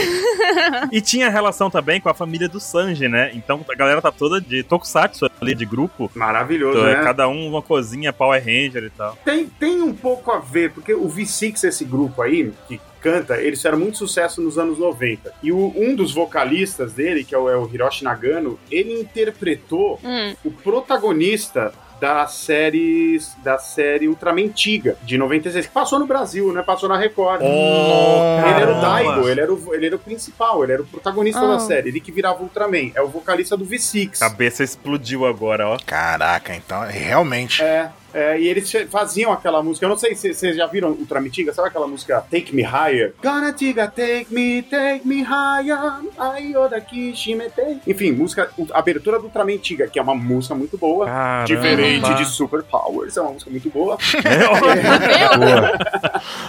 A: E tinha relação também com a família do Sanji, né? Então a galera tá toda de tokusatsu ali, de grupo.
E: Maravilhoso,
A: Então, é
E: né?
A: Cada um uma cozinha, Power Ranger e tal.
E: Tem, tem um pouco a ver, porque o V6, esse grupo aí, que canta, eles fizeram muito sucesso nos anos 90. E o- um dos vocalistas dele, que é o, é o Hiroshi Nagano, ele interpretou
D: Hum,
E: o protagonista da série, da série Ultramentiga, de 96, que passou no Brasil, né? Passou na Record. Ele era o Daigo, ele é era o, ele era o principal, ele era o protagonista
D: Ah.
E: da série, ele que virava Ultraman, é o vocalista do V6.
A: Cabeça explodiu agora, ó.
C: Caraca, então, realmente.
E: É, é, e eles fe- faziam aquela música. Eu não sei se vocês já viram o Tramitiga, sabe aquela música Take Me Higher? Garatiga, take me, take me higher. Ayoda Kishimete. Enfim, música, o- abertura do Tramitiga, que é uma música muito boa.
A: Caramba.
E: Diferente de Super Powers, é uma música muito boa.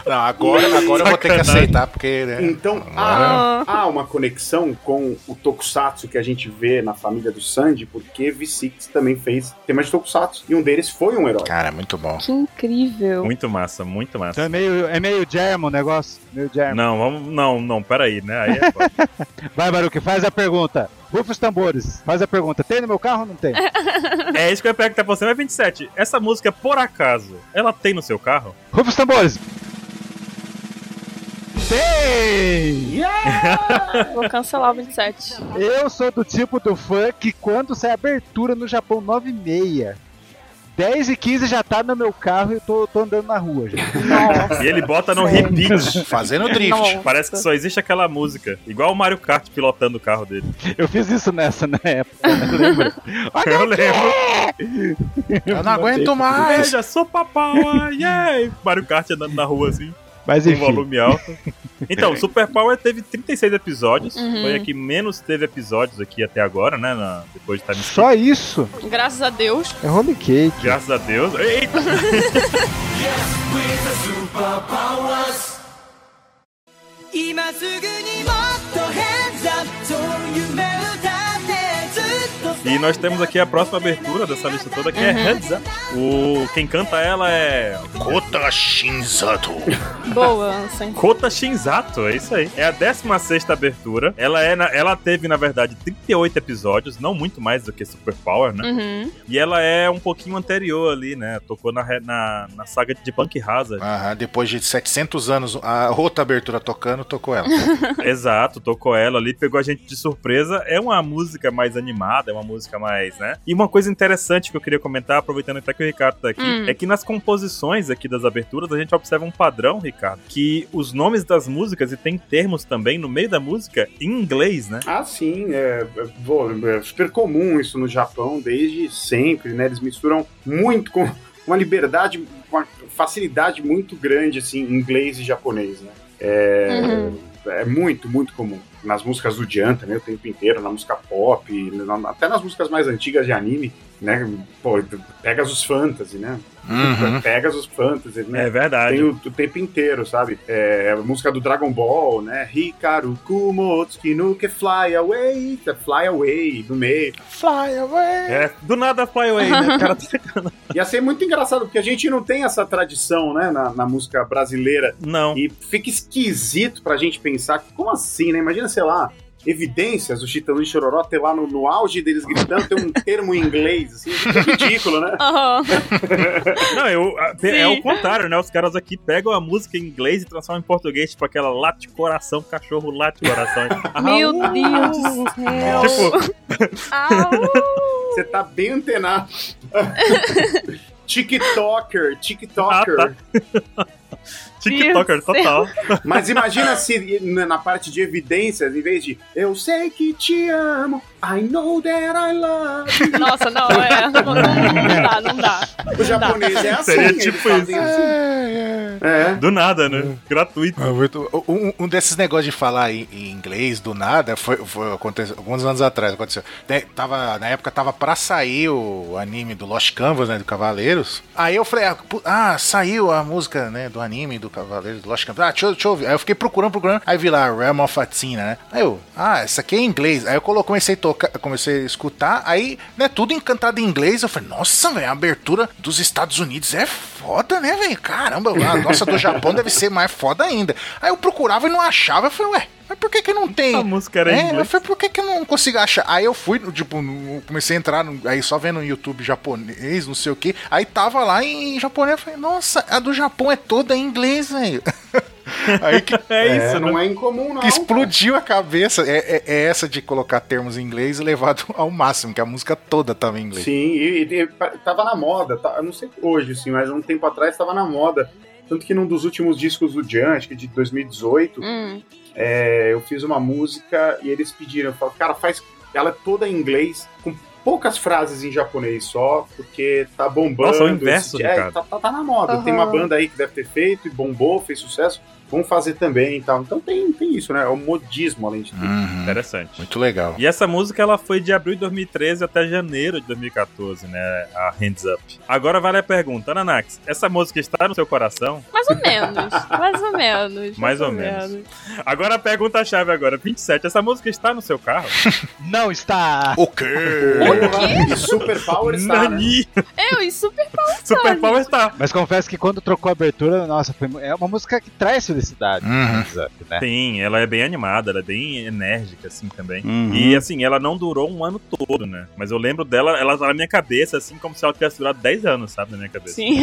C: Não, agora, agora eu vou ter que
A: Sacanagem.
C: aceitar, porque. né?
E: Então, há, há uma conexão com o Tokusatsu que a gente vê na família do Sandy, porque V6 também fez tema de Tokusatsu. E um deles foi um herói.
C: Cara, é muito bom.
D: que incrível.
A: Muito massa, muito massa.
B: Então é meio, é meio German o negócio. Meio German.
A: Não, vamos. Não, não, peraí, né? Aí é foda.
B: Vai, Baruque, faz a pergunta. Rufa os tambores, faz a pergunta. Tem no meu carro ou não tem?
A: é isso que eu ia perguntar pra você. Mas 27, essa música, é por acaso, ela tem no seu carro?
B: Rufa os tambores! Tem!
D: Vou cancelar o 27.
B: Eu sou do tipo do fã que quando sai a abertura no Japão 9 e meia, 10 e 15 já tá no meu carro e eu tô, tô andando na rua já.
D: Nossa.
A: E ele bota no repeat.
C: Fazendo drift.
D: Nossa.
A: Parece que só existe aquela música. Igual o Mario Kart pilotando o carro dele.
B: Eu fiz isso nessa na época, né? lembra? Olha
A: Eu lembro.
C: Eu não aguento mais. Ah, é.
A: Veja, sou papai. Yeah! Mario Kart andando na rua assim.
B: Mas
A: um
B: enfim.
A: volume alto. Então, Super Power teve 36 episódios.
D: Uhum.
A: Foi a que menos teve episódios aqui até agora, né? na- depois de Time Skip.
B: Só isso?
D: Graças a Deus.
B: É Holy Cake.
A: Graças a Deus. Eita!
F: 「今すぐにもっと hands up」「そう夢歌ってずっと」
A: E nós temos aqui a próxima abertura dessa lista toda, que é Hands Up. O, quem canta ela é
C: Kota Shinzato.
D: Boa, Ansem.
A: Kota Shinzato, é isso aí. É a 16 abertura. Ela, é na- ela teve, na verdade, 38 episódios, não muito mais do que Super Power, né?
D: Uhum.
A: E ela é um pouquinho anterior ali, né? Tocou na, re- na, na saga de Punk Hazard.
C: Aham, depois de 700 anos, a outra abertura tocando, tocou ela.
A: Exato, tocou ela ali, pegou a gente de surpresa. É uma música mais animada, é uma música mais, né? E uma coisa interessante que eu queria comentar, aproveitando até que o Ricardo tá aqui,
D: Hum.
A: é que nas composições aqui das aberturas a gente observa um padrão, Ricardo, que os nomes das músicas e tem termos também no meio da música em inglês, né?
E: Ah, sim, é, é, pô, é super comum isso no Japão desde sempre, né? Eles misturam muito com uma liberdade, com uma facilidade muito grande, assim, inglês e japonês, né? É,
D: Uhum.
E: é muito, muito comum. Nas músicas do Janta, também o tempo inteiro, na música pop, na- até nas músicas mais antigas de anime, né? Pô, Pegasus Fantasy, né?
C: Uhum.
E: Pegasus Fantasy, né?
A: É verdade.
E: Tem o, o tempo inteiro, sabe? É, a música do Dragon Ball, né? Hikaru Kumotsuki no que fly away, tá fly away no meio.
C: Fly away.
A: É, do nada Fly Away, né? O cara tá-
E: Ia ser assim, é muito engraçado, porque a gente não tem essa tradição, né, na, na música brasileira.
A: Não.
E: E fica esquisito pra gente pensar, que, como assim, né? Imagina, sei lá, evidências, o Chitãozinho e Chororó ter lá no, no auge deles gritando, tem um termo em inglês, assim, é ridículo, né?
D: Aham.
A: Não, eu, a-
D: Sim.
A: é o contrário, né? Os caras aqui pegam a música em inglês e transformam em português, tipo aquela late coração, cachorro late coração. Ah,
D: Meu Deus do céu.
A: Tipo,
D: Au.
E: Você tá bem antenado. TikToker, TikToker.
A: Ah, TikToker
D: Deus do
A: total.
E: Mas imagina se né, na na parte de evidências, em vez de eu sei que te amo, I know that I love. you",
D: Nossa, não, é. Não, não- não dá, não dá.
E: O japonês é assim.
A: Seria
E: eles
A: tipo
E: fazem
A: isso.
E: assim.
C: É, é.
E: É.
A: Do nada, né? Gratuito.
C: Ah, muito- Um, um desses negócios de falar em, em inglês do nada foi, foi aconteceu, alguns anos atrás aconteceu. Te- Tava, na época tava pra sair o anime do Lost Canvas, né, do Cavaleiros. Aí eu falei, ah, pu- ah, saiu a música, né, do anime do Cavaleiros do Lost Canvas. Ah, deixa, eu- deixa eu ouvir. Aí eu fiquei procurando, procurando. Aí vi lá, Realm of Atina, né. Aí eu, ah, essa aqui é em inglês. Aí eu colo- comecei a tocar, comecei a escutar. Aí, né, tudo encantado em inglês. Eu falei, nossa, velho, a abertura dos Estados Unidos é foda, né, velho? Caramba, a nossa do Japão deve ser mais foda ainda. Aí eu procurava e não achava. Eu falei, ué, mas por que que não tem?
A: A música era em
C: é,
A: inglês.
C: eu falei, por que que eu não consigo achar? Aí eu fui, tipo, no- comecei a entrar, no- aí só vendo no YouTube japonês, não sei o que. Aí tava lá em, em japonês. Eu falei, nossa, a do Japão é toda em inglês, velho. aí que
A: É
E: É,
A: isso, né?
E: não é incomum, não.
C: que explodiu a cabeça. É, é- é essa de colocar termos em inglês e levado ao máximo, que a música toda tava em inglês.
E: Sim, e, e- e pa- tava na moda. tá- eu não sei hoje, assim, mas há um tempo atrás tava na moda. Tanto que num dos últimos discos do Jan, acho que de 2018,
D: Hum.
E: É, eu fiz uma música e eles pediram, eu falo, cara, faz ela é toda em inglês, com poucas frases em japonês só, porque tá bombando.
A: Nossa, o inverso,
E: esse- é,
A: Ricardo.
E: tá, tá- tá na moda.
D: Aham.
E: Tem uma banda aí que deve ter feito e bombou, fez sucesso. Vamos fazer também e tal. Então tem, tem isso, né? É o modismo, além de tudo.
C: Uhum,
A: Interessante.
C: Muito legal.
A: E essa música ela foi de abril de 2013 até janeiro de 2014, né? A Hands Up. Agora vale a pergunta, Ananax. Essa música está no seu coração?
D: Mais ou menos. Mais ou menos.
A: Mais ou menos. Agora a pergunta chave agora, 27. Essa música está no seu carro?
B: Não está.
C: O quê?
E: Olha, Super Power está, né?
A: Nani!
D: Eu, e super
A: Super Power está.
B: Mas confesso que quando trocou a abertura, nossa, foi, mu- é uma música que traz felicidade.
C: Uhum.
B: Hands Up, né?
A: Sim, ela é bem animada, ela é bem enérgica, assim, também.
B: Uhum.
A: E assim, ela não durou um ano todo, né? Mas eu lembro dela, ela tá na minha cabeça, assim, como se ela tivesse durado 10 anos, sabe? Na minha cabeça.
D: Sim.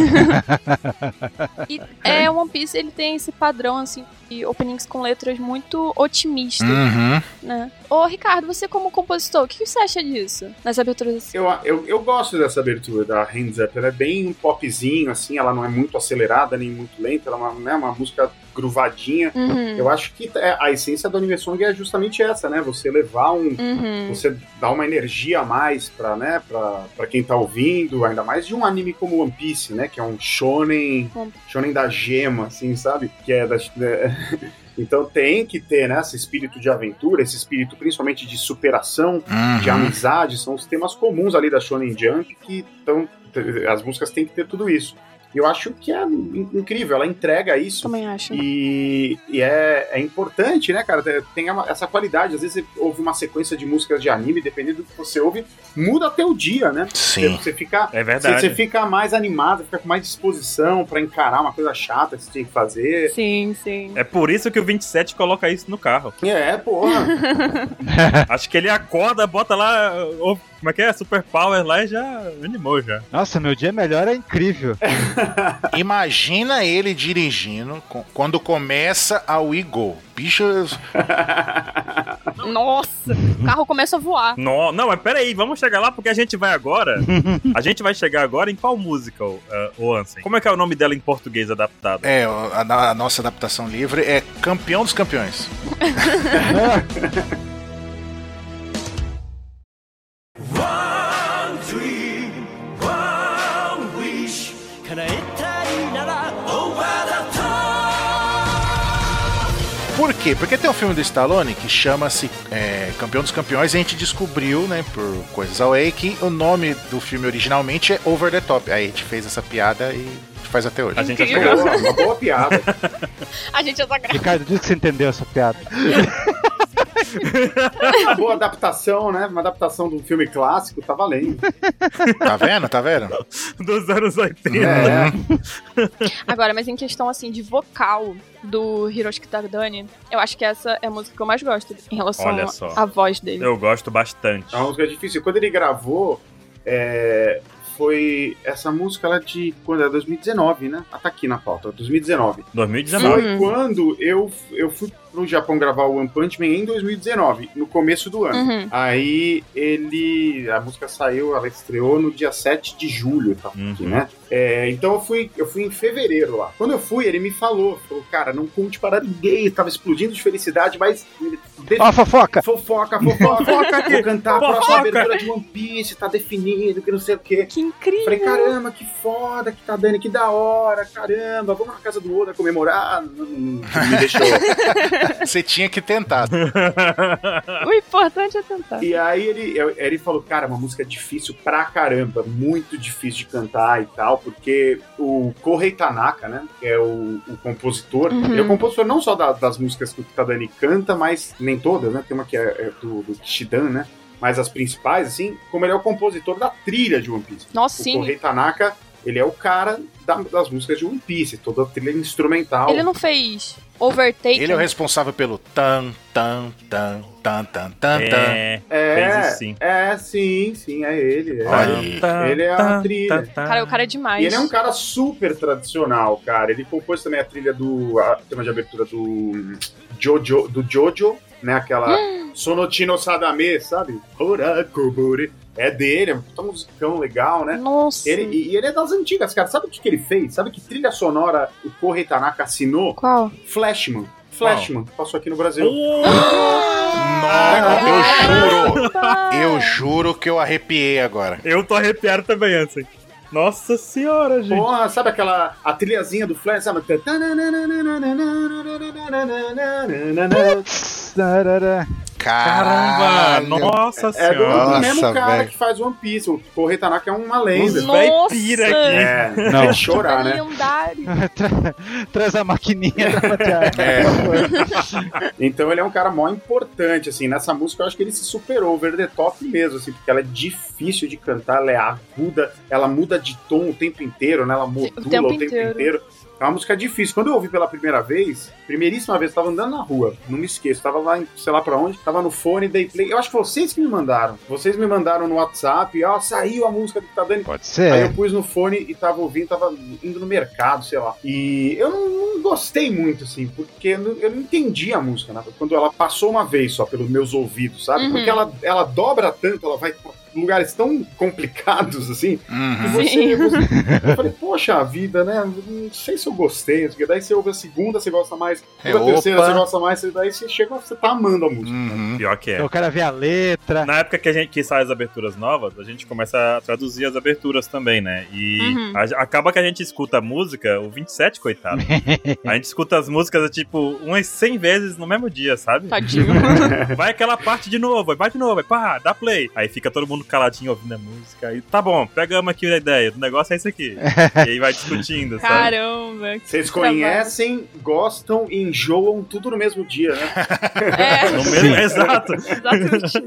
D: e é, One Piece ele tem esse padrão assim de openings com letras muito otimistas,
C: Uhum.
D: né? Ô Ricardo, você como compositor, o que você acha disso? Nas aberturas assim?
E: Eu, eu, eu gosto dessa abertura da Hands Up. Ela é bem um popzinho, assim. Ela não é muito acelerada nem muito lenta. Ela é uma, né, uma música gruvadinha.
D: Uhum.
E: Eu acho que é, a essência do anime song é justamente essa, né? Você levar um,
D: Uhum.
E: você dá uma energia a mais pra, né, pra, pra quem tá ouvindo, ainda mais de um anime como One Piece, né, que é um shonen,
D: Hum.
E: shonen da gema, assim, sabe? Que é da... é- Então tem que ter, né, esse espírito de aventura, esse espírito principalmente de superação, de
C: Uhum.
E: amizade, são os temas comuns ali da Shonen Jump que estão... As músicas têm que ter tudo isso. E eu acho que é in- incrível, ela entrega isso
D: Também acho.
E: e, e é, é importante, né, cara? Tem- Tem uma- essa qualidade. Às vezes você ouve uma sequência de músicas de anime, dependendo do que você ouve, muda até o dia, né? Você,
C: Sim.
E: você fica.
A: É
E: Você,
A: verdade.
E: você fica mais animado, fica com mais disposição pra encarar uma coisa chata que você tem que fazer.
D: Sim, sim.
A: É por isso que o 27 coloca isso no carro.
E: É, porra.
A: Acho que ele acorda, bota lá. ô, como é que é? Super Power lá e já animou já.
B: Nossa, meu dia melhor é incrível.
C: Imagina ele dirigindo com- quando começa a We Go. Bicho,
D: Nossa, o carro começa a voar.
A: No, não, mas peraí, vamos chegar lá porque a gente vai agora. a gente vai chegar agora em qual música, o, eh, o Ansem? Como é que é o nome dela em português adaptado?
C: é, a, a nossa adaptação livre é campeão dos campeões.
F: One dream, one wish 叶えたいなら Over the top
C: Por quê? Porque tem um filme do Stallone que chama-se é, Campeão dos Campeões e a gente descobriu, né, por coisas ao aí, que o nome do filme originalmente é Over the Top. Aí a gente fez essa piada e faz até hoje.
A: A gente já
D: Incrível.
A: chegou.
E: Boa, uma boa piada.
D: A gente já tá gra...
B: Ricardo, diz que você entendeu essa piada.
E: Uma boa adaptação, né? Uma adaptação de um filme clássico, tá valendo.
C: Tá vendo? Tá vendo?
A: Dos anos 80.
E: É,
D: Agora, mas em questão assim de vocal do Hiroshi Kitardani, eu acho que essa é a música que eu mais gosto em relação
A: Olha só.
D: à voz dele.
A: Eu gosto bastante.
E: É uma música difícil. Quando ele gravou, é, foi. Essa música ela é de. Quando? É 2019, né? Ah, tá aqui na pauta, 2019.
A: 2019.
E: Foi quando eu, eu fui pro Japão gravar o One Punch Man em 2019, no começo do ano.
D: Uhum.
E: Aí ele. A música saiu, ela estreou no dia 7 de julho, tá aqui,
A: Uhum.
E: né? É, então eu fui, eu fui em fevereiro lá. Quando eu fui, ele me falou, falou, cara, não conte para ninguém, eu tava explodindo de felicidade, mas.
B: Ó, a fofoca!
E: Fofoca, fofoca, Vou cantar a próxima
A: Fofoca.
E: abertura de One Piece, tá definido, que não sei o quê.
D: Que incrível!
E: Falei, caramba, que foda que tá dando, que da hora, caramba, vamos na casa do Oda comemorar. Ah, Não, não, não, Me deixou.
C: Você tinha que tentar.
D: O importante é tentar.
E: e aí ele, eu- ele falou, cara, uma música difícil pra caramba, muito difícil de cantar e tal, porque o Kohei Tanaka, né, que é o, o compositor,
D: Uhum.
E: ele é o compositor não só da- das músicas que o Kitadani canta, mas nem todas, né, tem uma que é, é do, do Kishidan, né, mas as principais, assim, como ele é o compositor da trilha de One Piece.
D: Nossa,
E: O
D: sim.
E: Kohei Tanaka, ele é o cara da- das músicas de One Piece, toda a trilha instrumental.
D: Ele não fez Overtake.
C: Ele é o responsável pelo tan, tan, tan, tan, tan, tan, tan.
A: É.
E: é,
A: fez isso sim.
E: É, sim, sim, é ele. é.
C: Olha aí.
E: Ele é a trilha.
D: Cara, o cara é demais.
E: E ele é um cara super tradicional, cara. Ele compôs também a trilha do a tema de abertura do hum, Jojo, do Jojo, né? Aquela
D: Hum.
E: Sonotino Sadame, sabe? Horakuburi. É dele, é um puta musicão legal, né?
D: Nossa.
E: Ele, e, e ele é das antigas, cara. Sabe o que, que ele fez? Sabe que trilha sonora o Kohei Tanaka assinou?
D: Qual?
E: Flashman. Flashman, passou aqui no
D: é
E: Brasil.
A: Oh!
C: Ah, eu juro,
D: Opa!
C: eu juro que eu arrepiei agora.
A: Eu tô arrepiado também, Ansem. Nossa senhora, gente.
E: Porra, sabe aquela a trilhazinha do Flash, sabe?
B: Tarará.
A: Caramba,
C: Caralho.
A: nossa
E: É do,
A: senhora.
E: do mesmo
C: Nossa,
E: cara
C: velho.
E: que faz One Piece. O Kohei Tanaka é uma lenda.
A: Vai pira aqui.
E: É,
B: Não.
E: tem que chorar, né?
D: Lendário.
B: Tra- Traz a maquininha da matemática.
C: É.
E: Então ele é um cara mó importante, assim. Nessa música eu acho que ele se superou, over the top mesmo, assim, porque ela é difícil de cantar, ela é aguda, ela muda de tom o tempo inteiro, né? Ela modula o tempo,
D: tempo
E: inteiro.
D: inteiro.
E: É uma música difícil. Quando eu ouvi pela primeira vez, primeiríssima vez, eu tava andando na rua, não me esqueço, tava lá, em, sei lá pra onde, tava no fone, dei play. Eu acho que vocês que me mandaram. Vocês me mandaram no WhatsApp, ó, saiu a música do tá dando.
B: Pode
E: Aí eu
B: ser.
E: pus no fone e tava ouvindo, tava indo no mercado, sei lá. E eu não, não gostei muito, assim, porque eu não, eu não entendi a música, né? Quando ela passou uma vez só pelos meus ouvidos, sabe?
D: Uhum.
E: Porque ela, ela dobra tanto, ela vai pra lugares tão complicados, assim,
C: Uhum.
E: e você-
D: Sim.
E: você- eu falei, poxa a vida, né? Não sei se eu gostei. não sei o quê. Daí você ouve a segunda, você gosta mais.
C: É,
E: ouve a terceira,
C: opa.
E: você gosta mais. e Daí você chega, você tá amando a música.
C: Uhum.
A: Pior que é.
B: Então o cara vê a letra.
A: Na época que a gente que sai as aberturas novas, a gente começa a traduzir as aberturas também, né? E
D: Uhum.
A: a- acaba que a gente escuta a música, o 27, coitado. a gente escuta as músicas, tipo, umas 100 vezes no mesmo dia, sabe?
D: Tadinho.
A: Vai aquela parte de novo, aí vai de novo, aí pá, dá play. Aí fica todo mundo caladinho ouvindo a música. Aí tá bom, pegamos aqui a ideia, o negócio é isso aqui. e aí vai discutindo, sabe?
D: Caramba. que
E: Vocês
D: trabalho.
E: conhecem, gostam e enjoam tudo no mesmo dia, né?
D: É,
A: No mesmo,
B: Sim.
A: exato.
D: exatamente.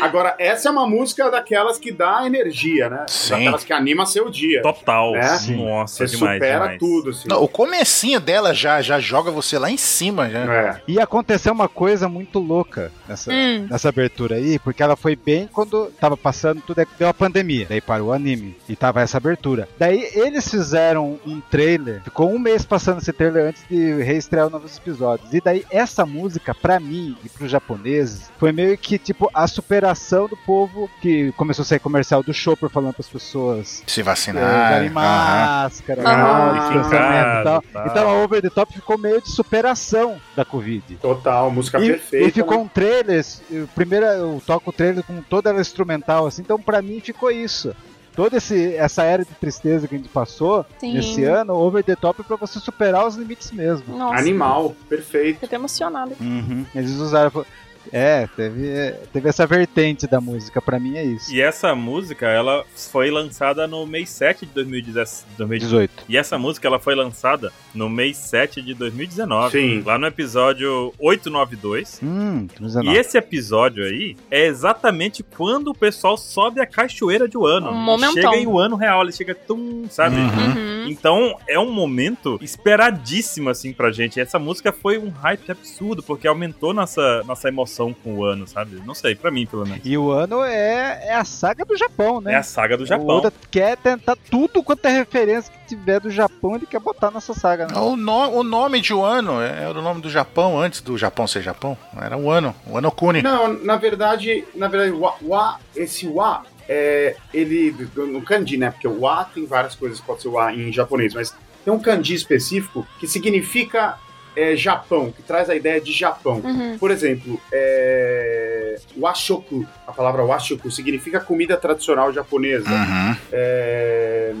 E: Agora, essa é uma música daquelas que dá energia, né?
C: Sim.
E: Daquelas que anima seu dia.
A: Total.
E: É?
B: Sim.
A: Nossa,
E: Você
A: demais,
E: supera
A: demais.
E: tudo, assim.
C: Não, o comecinho dela já, já joga você lá em cima, já.
E: É.
B: E aconteceu uma coisa muito louca nessa,
D: Hum,
B: nessa abertura aí, porque ela foi bem quando tava passando tudo, aí deu a pandemia, daí parou o anime, e tava essa abertura. Daí eles fizeram um trailer, ficou um mês passando esse trailer antes de reestrear novos episódios, e daí essa música, pra mim e pros japoneses, foi meio que tipo a superação do povo que começou a sair comercial do Chopper falando pras pessoas
C: Se
B: é,
C: vacinar.
B: usarem
C: aham.
B: máscara,
D: Aham.
B: tal,
D: Fica em
B: distanciamento e
A: casa
B: tal.
A: tá. e tal.
B: Então a Over the Top ficou meio de superação da Covid.
E: Total, música
B: E-
E: perfeita.
B: E ficou
E: né?
B: um trailer, eu- primeiro eu toco o trailer com toda ela instrumental, assim, então pra mim ficou isso. Toda esse, essa era de tristeza que a gente passou
D: sim.
B: nesse ano, over the top é pra você superar os limites mesmo.
D: Nossa,
E: Animal, perfeito.
D: fiquei até emocionada. aqui.
A: Uhum.
B: Eles usaram. É, teve, teve essa vertente da música, pra mim é isso.
A: E essa música, ela foi lançada no mês 7 de 2017, 2018.
B: 18.
A: E essa música, ela foi lançada no mês 7 de 2019.
E: Sim.
A: Lá no episódio 892.
B: Hum,
A: E
B: 19.
A: esse episódio aí é exatamente quando o pessoal sobe a cachoeira de Wano.
D: Um momentão.
A: Chega em Wano real, ele chega tum, sabe?
C: Uhum.
D: Uhum.
A: Então é um momento esperadíssimo assim pra gente. Essa música foi um hype absurdo porque aumentou nossa, nossa emoção com o ano, sabe? Não sei, pra mim pelo menos.
B: E o ano é, é a saga do Japão, né?
A: É a saga do Japão.
B: O Oda quer tentar tudo quanto é referência que tiver do Japão, ele quer botar nessa saga. Né?
C: O, no- o nome de Wano é- era o nome do Japão, antes do Japão ser Japão. Era Wano, Wano Kuni.
E: Não, na verdade, na verdade, wa, wa- esse wa é ele no kanji, né? Porque o wa tem várias coisas, pode ser o wa em japonês, mas tem um kanji específico que significa é, Japão, que traz a ideia de Japão.
D: Uhum.
E: Por exemplo, é, washoku, a palavra washoku significa comida tradicional japonesa.
C: Uhum.
E: É,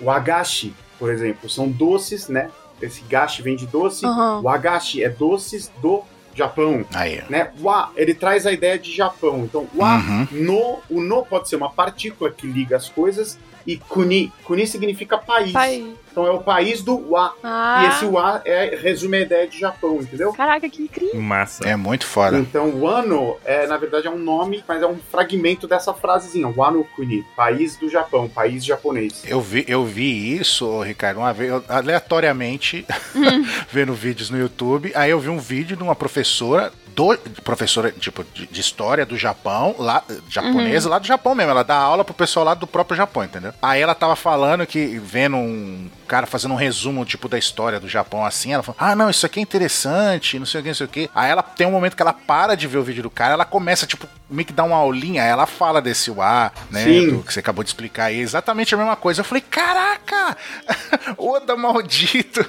E: o agashi, por exemplo, são doces, né? Esse gashi vem de doce.
D: Aham.
E: O agashi é doces do Japão
C: Aí. ó.
E: né? Wa, ele traz a ideia de Japão. Então, wa,
C: Uhum.
E: no, o no pode ser uma partícula que liga as coisas e kuni, kuni significa país.
D: Pai.
E: Então é o país do wa.
D: Ah,
E: E esse wa é, resume a ideia de Japão, entendeu?
D: Caraca, que incrível.
A: Massa.
C: É muito foda.
E: Então, Wano, é, na verdade, é um nome, mas é um fragmento dessa frasezinha. Wano Kuni, país do Japão, país japonês.
C: Eu vi, eu vi isso, ô, Ricardo, uma vez, eu- aleatoriamente, vendo vídeos no YouTube. Aí eu vi um vídeo de uma professora, do, professora tipo, de, de história do Japão, lá, japonesa, lá do Japão mesmo. Ela dá aula pro pessoal lá do próprio Japão, entendeu? Aí ela tava falando que, vendo um cara fazendo um resumo, tipo, da história do Japão assim, ela falou: Ah, não, isso aqui é interessante, não sei o que, não sei o que. Aí ela tem um momento que ela para de ver o vídeo do cara, ela começa, tipo, meio que dá uma aulinha, aí ela fala desse uá, né?
E: Sim.
C: do- que você acabou de explicar aí, é exatamente a mesma coisa. Eu falei, caraca! Oda maldito!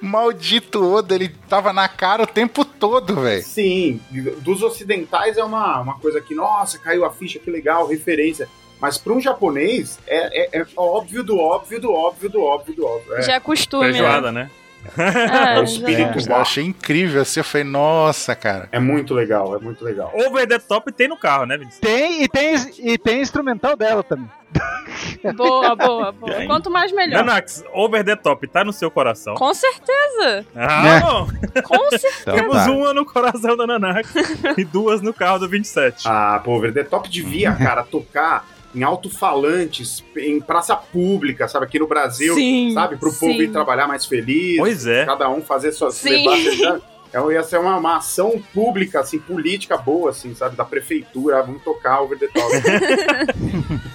C: Maldito Oda, ele tava na cara o tempo todo, velho.
E: Sim, dos ocidentais é uma, uma coisa que, nossa, caiu a ficha, que legal, referência. Mas para um japonês, é, é- é óbvio do óbvio do óbvio do óbvio do óbvio. É.
D: Já é costume. né?
A: Feijoada, né?
D: Ah,
E: É o
D: já-
E: espírito.
C: Eu achei incrível assim, eu falei, nossa, cara.
E: É muito legal, é muito legal.
A: Over the top tem no carro, né, Vinícius?
B: Tem e tem e tem instrumental dela também.
D: Boa, boa, boa. Quanto mais, melhor.
A: Nanax, over the top tá no seu coração.
D: Com certeza.
A: Ah,
B: Né? Então tá.
A: bom.
D: Com certeza.
A: Temos um. uma no coração da Nanax e duas no carro do 27.
E: Ah, pô, Over the Top devia, cara, tocar em alto-falantes, em praça pública, sabe? Aqui no Brasil,
D: Sim,
E: sabe? Pro
D: sim.
E: povo ir trabalhar mais feliz,
A: pois é.
E: cada um fazer suas
D: Sim.
E: levar- sabe? É, ia ser uma, uma ação pública, assim, política boa, assim, sabe? Da prefeitura, ah, vamos tocar Over the Top.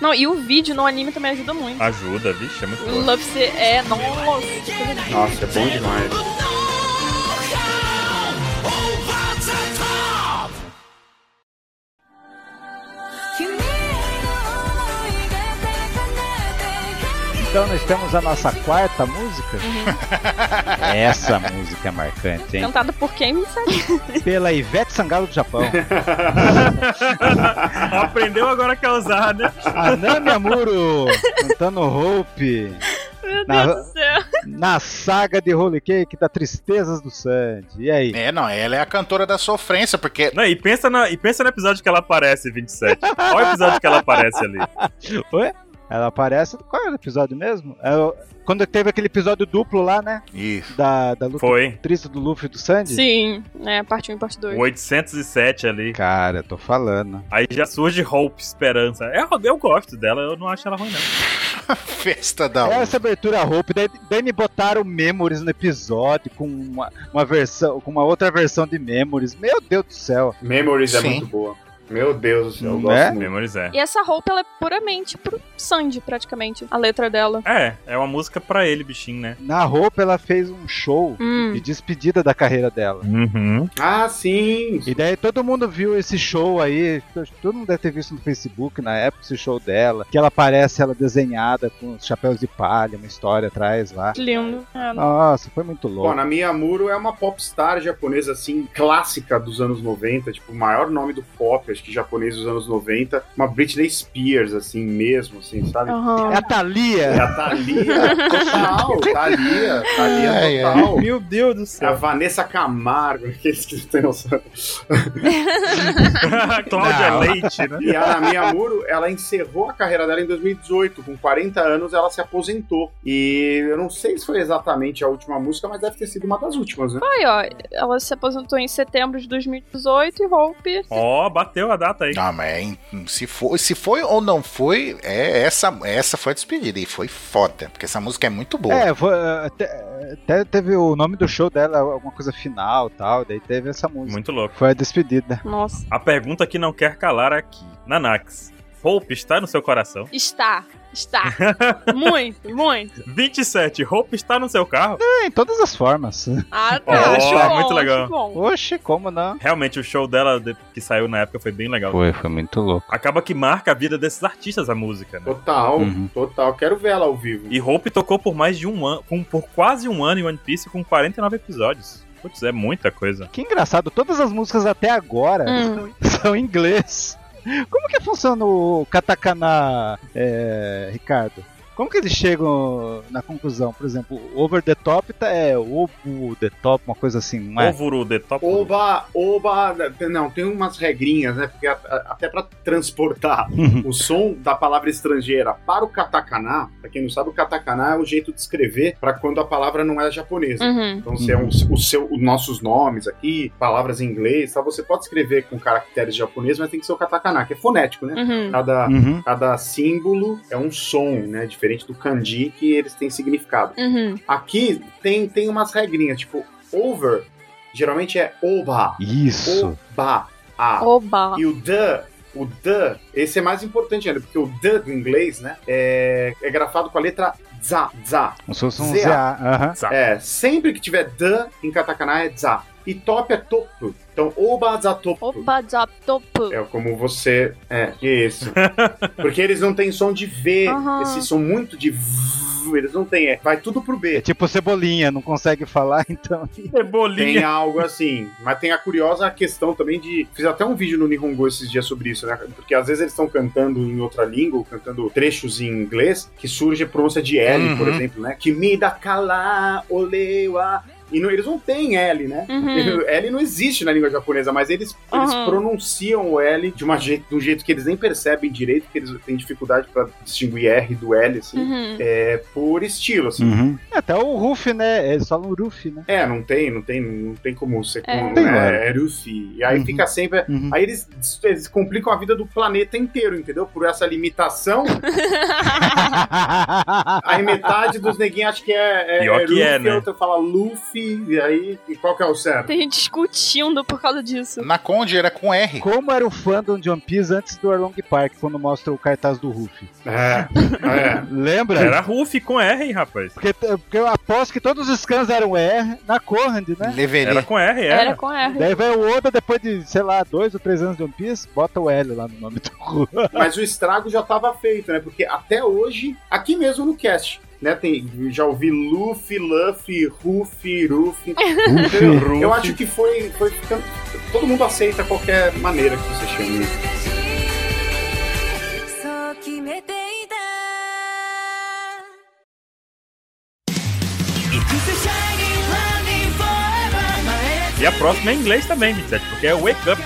D: Não, e o vídeo no anime também ajuda
E: Ah.
D: muito.
A: Ajuda, vixe, é muito
D: O
A: boa.
D: Love C é. Nossa, que legal.
E: Ah, Nossa, é bom demais.
F: Thank
B: Então nós temos a nossa quarta música. Essa música é marcante, hein?
D: Cantado por quem me sabe.
B: Pela Ivete Sangalo do Japão.
A: Aprendeu agora que é usar, né?
B: A Nami Amuro cantando Hope.
D: Meu
B: Na-
D: Deus do céu.
B: Na saga de Holy Cake da Tristezas do Sandy. E aí?
C: É, não, ela é a cantora da sofrência, porque
A: Não, e, pensa na, e pensa no episódio que ela aparece, 27. Qual o episódio que ela aparece ali?
B: Ué? Ela aparece. Qual era o episódio mesmo? É o- quando teve aquele episódio duplo lá, né?
C: Isso.
B: Da, da luta
A: Foi.
B: triste do Luffy e do Sandy?
D: Sim, né? Parte 1 e parte 2.
A: O 807 ali.
B: Cara, eu tô falando.
A: Aí já surge Hope, Esperança. É, eu gosto dela, eu não acho ela ruim, não.
C: festa da um.
B: Essa abertura roupa, daí, daí me botaram Memories no episódio com uma, uma versão, com uma outra versão de Memories. Meu Deus do céu.
E: Memories é
C: Sim.
E: muito boa. Meu Deus do céu, eu gosto
B: Né?
E: muito.
A: Memories é.
D: E essa roupa, ela é puramente pro Sandy, praticamente. A letra dela.
A: É, é uma música pra ele, bichinho, né?
B: Na roupa ela fez um show
D: Hum.
B: de despedida da carreira dela.
A: Uhum.
E: Ah, sim!
B: E daí todo mundo viu esse show aí, todo mundo deve ter visto no Facebook na época esse show dela, que ela aparece ela desenhada com os chapéus de palha, uma história atrás lá.
D: Que Lindo. É.
B: Nossa, foi muito
E: Bom,
B: louco.
E: na Miyamuro é uma popstar japonesa, assim, clássica dos anos 90, tipo, o maior nome do pop, acho que japonês dos anos 90, uma Britney Spears, assim, mesmo, assim, sabe?
C: Ah.
B: É
D: Aham.
B: a Thalia!
E: É a Thalia, total, Thalia, Thalia
C: Ai, ai.
E: total.
A: Meu Deus do
E: A Vanessa Camargo, aqueles que têm noção.
A: Cláudia
B: Não.
A: Leite, né?
E: E a Miyamuro, ela encerrou a carreira dela em 2018. Com 40 anos, ela se aposentou. E eu não sei se foi exatamente a última música, mas deve ter sido uma das últimas, né?
D: Aí, ó, ela se aposentou em setembro de 2018 e Hope.
A: Ó, bateu a data aí.
C: Não, mas é in- se foi, se foi ou não foi, é essa, essa foi a despedida e foi foda, porque essa música é muito boa.
B: É, foi, até, até teve o nome do show dela, alguma coisa final tal, daí teve essa música.
A: Muito louco.
B: Foi a despedida.
D: Nossa.
A: A pergunta que não quer calar aqui. Nanax, Hope está no seu coração?
D: Está. Está. muito, muito.
A: 27, Hope está no seu carro?
B: É, em todas as formas.
D: Ah, tá.
A: Ó,
D: acho bom,
A: muito
D: acho
A: legal.
D: bom.
B: Oxe, como não?
A: Realmente, o show dela, de- que saiu na época, foi bem legal.
B: Foi, foi muito louco.
A: Acaba que marca a vida desses artistas a música, né?
E: Total,
B: Uhum.
E: total. Quero ver ela ao vivo.
A: E Hope tocou por mais de um ano, com- por quase um ano em One Piece com 49 episódios. Putz, é muita coisa.
B: Que engraçado, todas as músicas até agora
D: Hum.
B: são em inglês. Como que funciona o katakana, é, Ricardo? Como que eles chegam na conclusão? Por exemplo, over the top tá- é obu the top, uma coisa assim, não é?
A: Ovuru de Top.
E: Oba, oba. Não, tem umas regrinhas, né? Porque a- a- até pra transportar o som da palavra estrangeira para o katakana, pra quem não sabe, o katakana é o jeito de escrever pra quando a palavra não é japonesa.
D: Uhum.
E: Então, se é um- o seu, os nossos nomes aqui, palavras em inglês, tá? você pode escrever com caracteres japoneses, mas tem que ser o katakana, que é fonético, né?
D: Uhum.
E: Cada,
B: Uhum.
E: cada símbolo é um som, né? Diferente do kanji, que eles têm significado.
D: Uhum.
E: Aqui tem, tem umas regrinhas, tipo, over geralmente é oba,
B: Isso.
E: oba, a.
D: Oba.
E: E o the, o the, esse é mais importante ainda, porque o the do inglês, né, é, é grafado com a letra za, za.
B: Como se fosse um
E: Zé.
B: ZA. aham.
E: É, sempre que tiver the em katakana é za. E top é topo. Então, oba, za, topo.
D: Oba, já, topo.
E: É como você. É, isso. Porque eles não têm som de V.
D: Aham.
E: Eles são muito de. V, eles não têm. É, vai tudo pro B.
B: É tipo cebolinha, não consegue falar, então.
A: Cebolinha.
E: Tem algo assim. Mas tem a curiosa questão também de. Fiz até um vídeo no Nihongo esses dias sobre isso, né? Porque às vezes eles estão cantando em outra língua, ou cantando trechos em inglês, que surge a pronúncia de L, por
C: Uhum.
E: exemplo, né? Que me dá cala, olewa. E não, eles não têm L, né?
D: Uhum.
E: L não existe na língua japonesa, mas eles, eles
D: Uhum.
E: pronunciam o L de, uma jeito, de um jeito que eles nem percebem direito, porque eles têm dificuldade pra distinguir R do L, assim.
D: Uhum.
E: É por estilo,
B: Uhum.
E: assim.
B: É, Até o Ruf, né? Eles falam Ruf, né?
E: É, não tem, não tem, não tem como ser
D: É.
E: como,
B: Tem,
E: né?
B: né?
E: É Rufi. E aí
B: Uhum.
E: fica sempre.
B: Uhum.
E: Aí eles, eles complicam a vida do planeta inteiro, entendeu? Por essa limitação, aí metade dos neguinhos acha que é, é,
A: Pior
E: é
A: que é,
E: Rufi,
A: né?
E: a outra fala Luffy, aqui, e aí, e qual que é o certo?
D: Tem gente discutindo por causa disso.
C: Na Conde era com R.
B: Como era o fandom de One Piece antes do Arlong Park, quando mostra o cartaz do Ruffy?
E: É, é.
B: Lembra?
A: Era Ruff com R, hein, rapaz.
B: Porque, porque eu aposto que todos os scans eram R na Corrand, né?
C: Leverei.
A: Era com
E: É?
A: R, era.
D: Era com R.
B: Daí vai o Oda, depois de, sei lá, dois ou três anos de One Piece, bota o L lá no nome do Ruffy.
E: Mas o estrago já tava feito, né? Porque até hoje, aqui mesmo no cast, né? Tem, já ouvi Luffy, Luffy, Ruffy, Ruffy. Eu, eu acho que foi, foi ficando. Todo mundo aceita qualquer maneira que você chame.
G: そう決めていた
F: 行くぜ Shining Running Forever 前へ
A: E a próxima é em inglês também, 27, porque é Wake Up.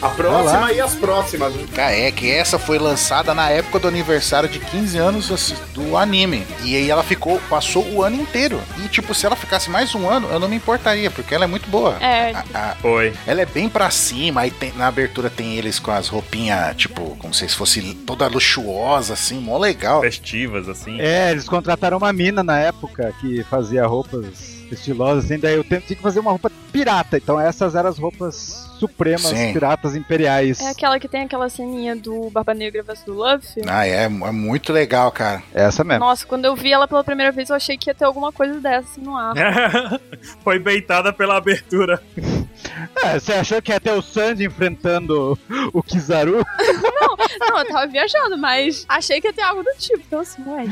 E: A próxima e as próximas. né?
C: Ah, é que essa foi lançada na época do aniversário de 15 anos assim, do anime. E aí ela ficou, passou o ano inteiro. E tipo, se ela ficasse mais um ano, eu não me importaria, porque ela é muito boa.
D: É.
C: A- a-
A: Foi.
C: ela é bem pra cima, aí tem- na abertura tem eles com as roupinhas, tipo, como se fosse toda luxuosa, assim, mó legal.
A: Festivas, assim.
B: É, eles contrataram uma mina na época que fazia roupas estilosas, assim, daí eu tenho- tinha que fazer uma roupa pirata, então essas eram as roupas supremas,
C: Sim.
B: piratas imperiais.
D: É aquela que tem aquela ceninha do Barba Negra versus do Luffy.
C: Ah, é, é muito legal, cara.
B: Essa mesmo.
D: Nossa, quando eu vi ela pela primeira vez, eu achei que ia ter alguma coisa dessa no ar.
A: Foi beitada pela abertura.
B: É, você achou que ia ter o Sandy enfrentando o Kizaru?
D: Não, eu tava viajando, mas achei que ia ter algo do tipo. Então, assim, ué.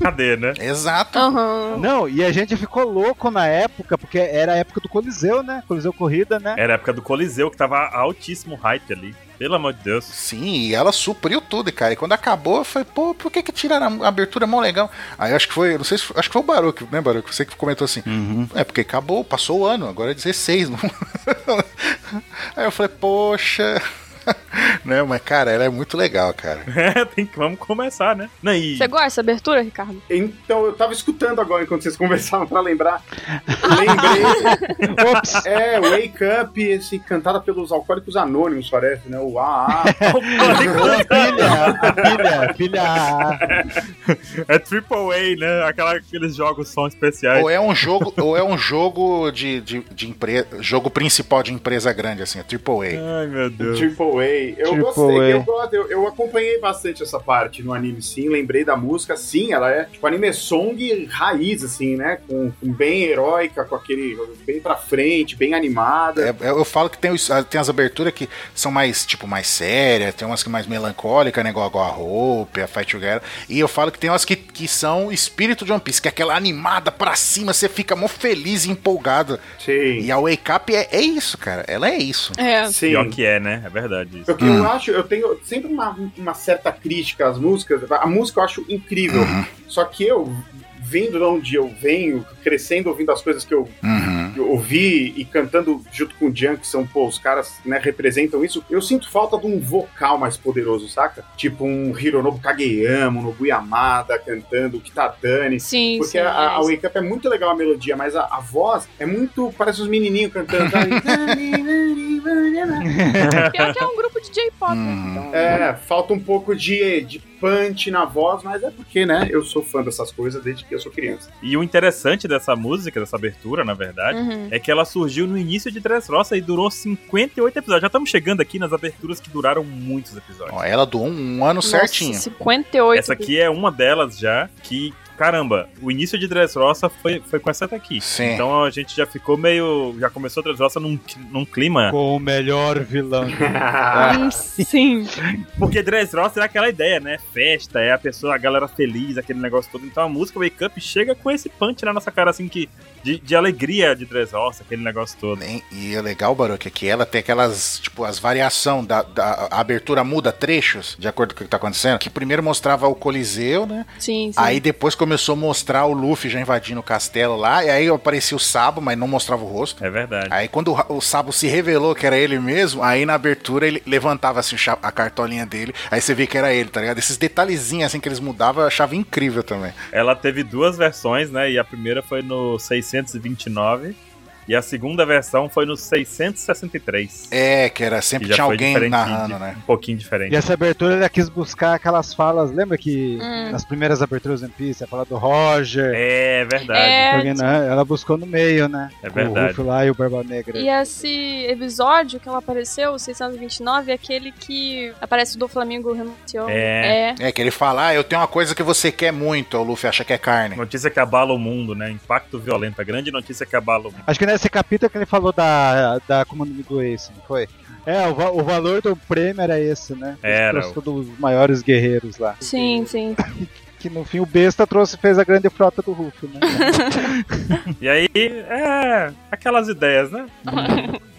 A: Cadê, né?
C: Exato.
D: Aham.
B: Não, e a gente ficou louco na época, porque era a época do Coliseu, né? Coliseu Corrida, né?
A: Era a época do Coliseu, que tava altíssimo hype ali. Pelo amor de Deus.
C: Sim, e ela supriu tudo, cara. E quando acabou, eu falei, pô, por que que tiraram a abertura mó legal? Aí eu acho que foi, eu não sei se foi- acho que foi o Baruque, né, Baruque? Você que comentou assim. É, porque acabou, passou o ano, agora é 16. Não... Aí eu falei, poxa. Não, mas cara, ela é muito legal, cara.
A: É, tem que, vamos começar, né? Não, e
D: Você gosta dessa abertura, Ricardo?
E: Então, eu tava escutando agora enquanto vocês conversavam pra lembrar. Lembrei.
B: Ops!
E: É, Wake Up, esse cantada pelos Alcoólicos Anônimos, parece, né? O AA.
B: Pilha, a pilha, a pilha.
A: é
B: A.
A: AAA, né? Aquela, aqueles jogos são especiais.
C: Ou é um jogo, ou é um jogo de, de, de empresa, jogo principal de empresa grande, assim, a AAA.
A: Ai, meu Deus.
E: Triple A. Eu
B: Triple
E: gostei,
B: A.
E: eu, gosto, eu, eu acompanhei bastante essa parte no anime, sim. Lembrei da música, sim, ela é tipo anime song raiz, assim, né? Com, com bem heróica, com aquele bem pra frente, bem animada.
C: É, é, eu falo que tem, os- tem as aberturas que são mais, tipo, mais sérias, tem umas que mais melancólicas, né? Igual, igual a Hope, a Fight Together. E eu falo que tem umas que, que são espírito de One Piece, que é aquela animada pra cima, você fica mó feliz e empolgado.
A: É.
E: Sim.
C: E a Wake Up é, é isso, cara. Ela é isso.
D: É.
E: Sim.
A: Pior que Ah. é, né? É verdade isso.
E: O que eu acho, eu tenho sempre uma, uma certa crítica às músicas. A música eu acho incrível.
A: Uhum.
E: Só que eu, vindo de onde eu venho, crescendo, ouvindo as coisas que eu
C: Uhum.
E: eu ouvi e cantando junto com o Jean, que são, pô, os caras né, representam isso, eu sinto falta de um vocal mais poderoso, saca? Tipo um Hironobu Kageyama, um Nobu Yamada cantando, o Kitadani.
D: Sim,
E: Porque
D: sim.
E: a, a
D: é isso.
E: Wake Up é muito legal a melodia, mas a, a voz é muito. Parece uns menininhos cantando. sabe?
D: Pior que é um grupo de J-pop.
C: Uhum.
E: é, falta um pouco de, de punch na voz, mas é porque, né? Eu sou fã dessas coisas desde que eu sou criança.
A: E o interessante dessa música, dessa abertura, na verdade,
D: Uhum.
A: é que ela surgiu no início de Dressrosa e durou 58 episódios. Já estamos chegando aqui nas aberturas que duraram muitos episódios.
C: Ó, ela doou um, um ano certinho.
D: Nossa, 58.
A: Essa aqui é uma delas já que, caramba, o início de Dressrosa foi, foi com essa daqui.
C: Sim.
A: Então a gente já ficou meio. Já começou Dressrosa num, num clima.
B: Com o melhor vilão.
E: Ah,
D: Hum, Sim.
A: Porque Dressrosa é aquela ideia, né? Festa, é a pessoa, a galera feliz, aquele negócio todo. Então a música Wake Up chega com esse punch na nossa cara, assim, que. De, de alegria de Dressrosa, aquele negócio todo.
C: E, e é legal, Baroque, é que ela tem aquelas, tipo, as variações da, da a abertura muda trechos, de acordo com o que tá acontecendo. Que primeiro mostrava o Coliseu, né?
D: Sim, sim.
C: Aí depois começou a mostrar o Luffy já invadindo o castelo lá. E aí aparecia o Sabo, mas não mostrava o rosto.
A: É verdade.
C: Aí quando o Ra- o Sabo se revelou que era ele mesmo, aí na abertura ele levantava assim o cha- a cartolinha dele, aí você vê que era ele, tá ligado? Esses detalhezinhos assim que eles mudavam, eu achava incrível também.
A: Ela teve duas versões, né? E a primeira foi no 629 E a segunda versão foi no 663.
C: É, que era sempre
A: que já
C: tinha
A: foi
C: alguém
A: diferente,
C: narrando,
A: de-
C: né?
A: um pouquinho
B: E
A: diferente.
B: essa abertura ela quis buscar aquelas falas, lembra que
D: Hum.
B: nas primeiras aberturas do One Piece, a fala do Roger,
A: É verdade.
D: É.
B: que alguém narra- ela buscou no meio, né?
A: É
B: Com O
A: verdade.
B: Rufo lá e o Barba Negra.
D: E esse episódio que ela apareceu, o 629, é aquele que aparece do Flamengo renunciou.
A: É.
C: É, que ele fala, ah, eu tenho uma coisa que você quer muito, o Luffy acha que é carne.
A: Notícia que abala o mundo, né? Impacto violento. A grande notícia que abala o mundo.
B: Acho que nesse capítulo que ele falou da, da comando do Ace, não foi? É, o, va- o valor do prêmio era esse, né? Eles
A: Era.
B: trouxe todos os maiores guerreiros lá.
D: Sim, sim.
B: Que no fim o besta trouxe e fez a grande frota do Ruff, né?
A: E aí, é. Aquelas ideias, né?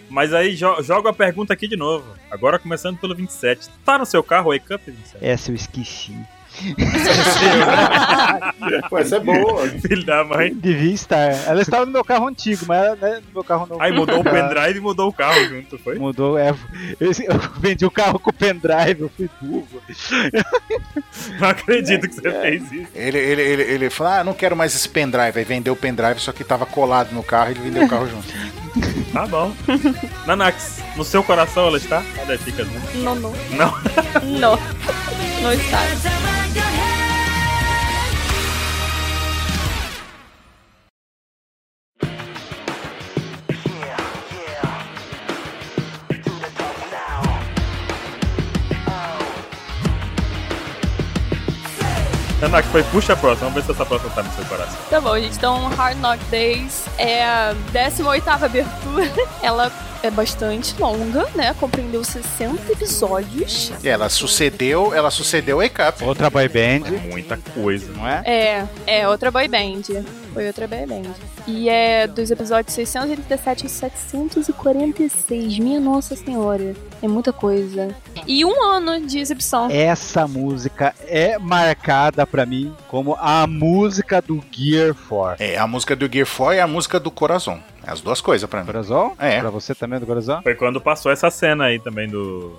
A: Mas aí jo- jogo a pergunta aqui de novo. Agora começando pelo 27. Tá no seu carro o Wake Up, 27?
B: Essa eu esqueci.
E: Pô, essa é boa.
A: Filho da mãe.
B: Devia estar. Ela estava no meu carro antigo, mas ela, né, no meu carro novo.
A: Aí mudou o
B: Ela
A: pendrive e mudou o carro junto, foi?
B: Mudou, é. Eu, eu vendi o carro com o pendrive, eu fui burro.
A: Não acredito que você fez isso.
C: Ele, ele, ele, ele fala, ah, não quero mais esse pendrive. Aí vendeu o pendrive, só que tava colado no carro e ele vendeu o carro junto.
A: Tá bom. Nanax, no seu coração ela está? Olha aí, fica né?
D: Não, não.
A: Não.
D: Não. Não está.
A: Nanax, foi puxa a próxima. Vamos ver se essa próxima tá no seu coração.
D: Tá bom, gente. Então, Hard Knock Days é a 18 abertura. Ela é bastante longa, né? Compreendeu 60 episódios.
C: E ela sucedeu, ela sucedeu o Wake Up.
B: Outra boy band,
A: Muita coisa.
B: não é?
D: É, é outra boy band. Foi outra boy band. E é dos episódios 687 a 746. Minha Nossa Senhora. É muita coisa. E um ano de exibição.
B: É Essa música é marcada pra mim como a música do Gear 4.
C: É, a música do Gear 4 e a música do Corazon. É As duas coisas pra mim.
B: Corazon?
C: É.
B: Pra você também do Corazon?
A: Foi quando passou essa cena aí também do.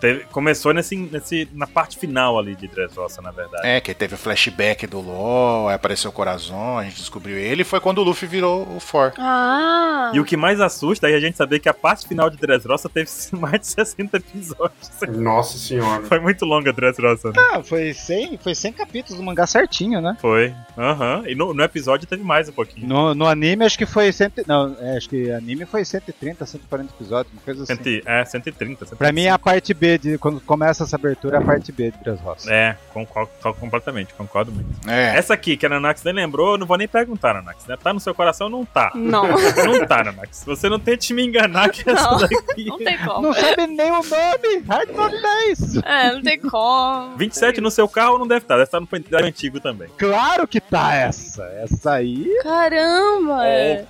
A: Teve- começou nesse, nesse, na parte final ali de Dressrosa, na verdade.
C: É, que teve o flashback do LoL, aí apareceu o Corazon, a gente descobriu ele, e foi quando o Luffy virou o For.
D: Ah!
A: E o que mais assusta é a gente saber que a parte final de Dressrosa teve mais de 60 episódios.
E: Nossa senhora.
A: Foi muito longa a Dressrosa. né?
B: Ah, foi 100, foi 100 capítulos do mangá certinho, né?
A: Foi. Aham. E no, no episódio teve mais um pouquinho.
B: No, no anime acho que foi 100, não, é, acho que anime foi 130, 140 episódios, uma coisa assim.
A: Cento, é, 130. 130.
B: Pra mim é a parte B, de, quando começa essa abertura, é a parte B de Três Rosas.
A: É, concordo, concordo completamente, concordo muito.
C: É.
A: Essa aqui, que a Nanax nem lembrou, eu não vou nem perguntar, Nanax. Né? Tá no seu coração ou não tá?
D: Não,
A: Não tá, Nanax. Você não tente me enganar que essa
D: Não.
A: daqui.
D: não tem como.
B: Não sabe nem o nome! Hard Knock 10!
D: É, não tem como.
A: 27 no seu carro não deve estar, deve estar no pendrive antigo também.
B: Claro que tá essa! Essa aí.
D: Caramba!
A: Ok,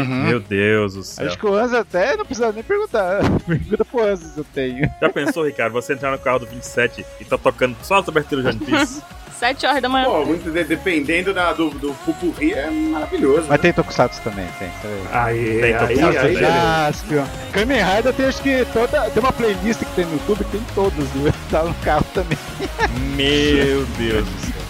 C: Uhum.
A: meu Deus do céu.
B: Acho que o Anza até não precisa nem perguntar. Pergunta pro Anza se eu tenho.
A: Já pensou, Ricardo, você entrar no carro do 27 e tá tocando só as aberturas de One Piece?
D: 7 horas da manhã.
E: Pô, muito de- dependendo da, do, do pupurri, é maravilhoso.
B: Mas tem Tokusatsu também, tem.
E: Aí,
A: Tem
E: aí,
A: Tokusatsu
E: aí,
A: também. né?
E: aí.
B: Caspion. Kamen Rider tem acho que toda. Tem uma playlist que tem no YouTube, tem todas, viu? Tá no carro também.
A: meu Deus do céu.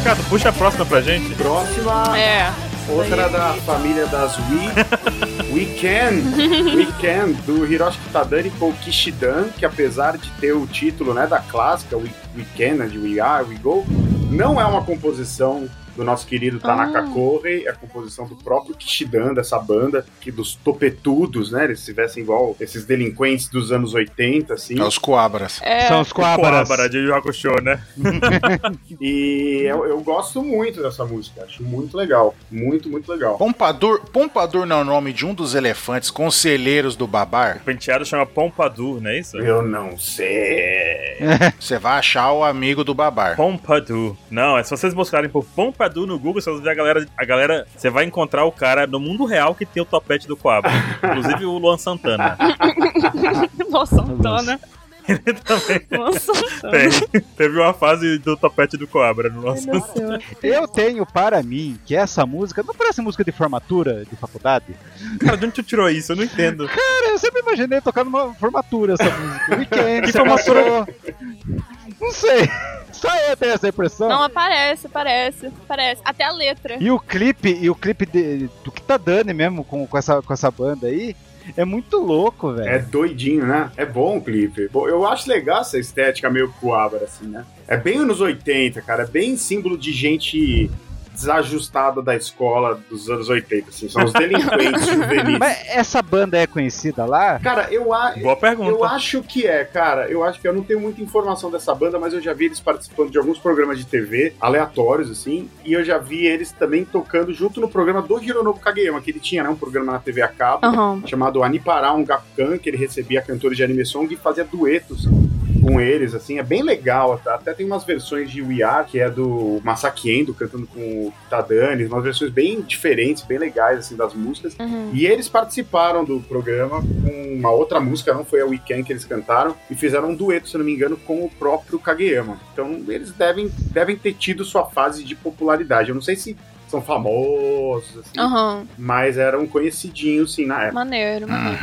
A: Ricardo, puxa a próxima pra gente.
E: Próxima,
D: É.
E: outra da família das Wii. Weekend, Weekend, do Hiroshi Kitadani com o Kishidan, que apesar de ter o título né, da clássica, We, Weekend, né, de We Are, We Go, não é uma composição do nosso querido Tanaka
D: Ah.
E: Corre, é a composição do próprio Kishidan, dessa banda, que dos topetudos, né, eles tivessem igual esses delinquentes dos anos 80, assim.
C: É os Coabras.
D: É.
B: São os Coabras.
A: Coabra Tipo, de Yoko Show, né?
E: E eu, eu gosto muito dessa música, acho muito legal. Muito, muito legal.
C: Pompadour, Pompadour não é o nome de um dos elefantes conselheiros do Babar.
A: O penteado chama Pompadour, não é isso?
E: Eu não sei.
C: Você vai achar o amigo do Babar.
A: Pompadour. Não, é se vocês buscarem por Pompadour no Google, vocês vão ver a galera, a galera, você vai encontrar o cara no mundo real que tem o topete do Coabra. Inclusive o Luan Santana.
D: Nossa, Santana.
A: também.
D: Nossa,
A: Tem. Teve uma fase do topete do Coabra no nosso.
B: Eu tenho para mim que essa música não parece música de formatura de faculdade.
A: Cara, de onde tu tirou isso? Eu não entendo.
B: Cara, eu sempre imaginei tocar numa formatura essa música. Weekend,
A: Que
B: você
A: formatura?
B: passou. Não sei. Só eu tenho essa impressão.
D: Não, aparece, aparece, aparece. Até a letra.
B: E o clipe, e o clipe de- do que tá dando mesmo com, com, essa, com essa banda aí, é muito louco, velho.
E: É doidinho, né? É bom o clipe. Bo- Eu acho legal essa estética meio coabra, assim, né? É bem anos 80, cara. É bem símbolo de gente desajustada da escola dos anos 80, assim. São os delinquentes juvenis.
B: Mas essa banda é conhecida lá?
E: Cara, eu, a,
A: Boa pergunta.
E: Eu acho que é, cara. Eu acho que eu não tenho muita informação dessa banda, mas eu já vi eles participando de alguns programas de TV aleatórios, assim, e eu já vi eles também tocando junto no programa do Hironobu Kageyama, que ele tinha, né? Um programa na TV a cabo
D: Aham.
E: chamado Anipará um Gakukan, que ele recebia cantores de anime song e fazia duetos com eles, assim, é bem legal. tá? Até tem umas versões de We Are, que é do Masaki Endo cantando com o Tadani, umas versões bem diferentes, bem legais, assim, das músicas.
D: Uhum.
E: E eles participaram do programa com uma outra música, não foi a Weekend que eles cantaram, e fizeram um dueto, se não me engano, com o próprio Kageyama. Então eles devem, devem ter tido sua fase de popularidade. Eu não sei se são famosos, assim,
D: Aham.
E: mas eram conhecidinhos, sim, na época.
D: Maneiro, maneiro.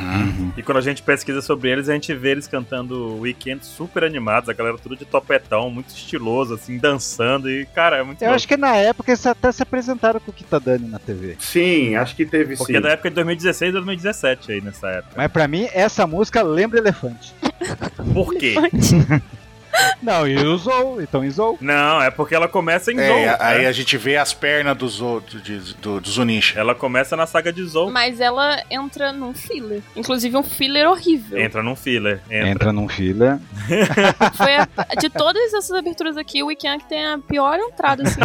A: E quando a gente pesquisa sobre eles, a gente vê eles cantando Weekend super animados, a galera tudo de topetão, muito estiloso, assim, dançando. E, cara, é muito
B: Eu
A: bom.
B: acho que na época eles até se apresentaram com o Kitadani na TV.
E: Sim, acho que teve
A: Porque
E: sim.
A: é da época de 2016 2017 aí nessa época.
B: Mas pra mim, essa música lembra Elefante.
A: Por quê?
B: Não, e o Zou, então e Zou.
A: Não, é porque ela começa em Zou.
C: É,
A: né?
C: aí a gente vê as pernas dos outros, de, do, do Zunisha.
A: Ela começa na saga de Zou.
D: Mas ela entra num filler. Inclusive um filler horrível.
A: Entra num filler. Entra.
B: num né? fila.
D: Foi a- de todas essas aberturas aqui, o Weekend que tem a pior entrada, assim.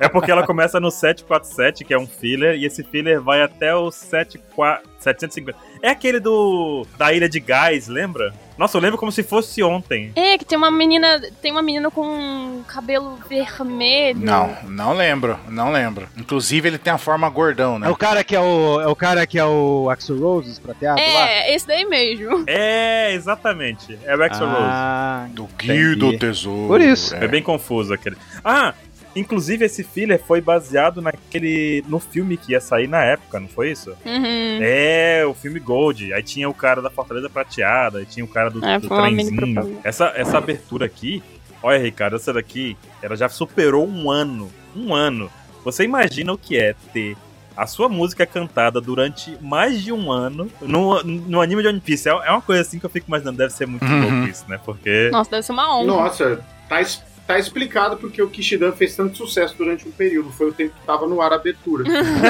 A: É porque ela começa no 747, que é um filler, e esse filler vai até o 74 750. É aquele do da Ilha de Gás, lembra? Nossa, eu lembro como se fosse ontem.
D: É, que tem uma menina. Tem uma menina com cabelo vermelho.
C: Não, não lembro, não lembro. Inclusive, ele tem a forma gordão,
B: É
C: né?
B: o cara que é o. É o cara que é o Axel Roses pra teatro lá?
D: É, esse daí mesmo.
A: É, exatamente. É o Axel Rose.
B: ah,
C: Do Guia do
B: Entendi.
C: Tesouro.
B: Por isso.
A: É
C: É.
A: bem confuso aquele. Ah, inclusive esse filler foi baseado naquele no filme que ia sair na época, não foi isso?
D: Uhum.
A: É, o filme Gold. Aí tinha o cara da Fortaleza Prateada, aí tinha o cara do,
D: É,
A: do
D: foi uma mini
A: trenzinho.
D: propaganda.
A: Essa, essa abertura aqui, olha, Ricardo, essa daqui, ela já superou um ano. Um ano. Você imagina o que é ter a sua música cantada durante mais de um ano no, no anime de One Piece? É, é uma coisa assim que eu fico imaginando, deve ser muito
C: Uhum.
A: louco isso, né? Porque.
D: Nossa, deve ser uma honra.
E: Nossa, tá, es- tá explicado porque o Kishidan fez tanto sucesso durante um período. Foi o tempo que tava no ar a abertura.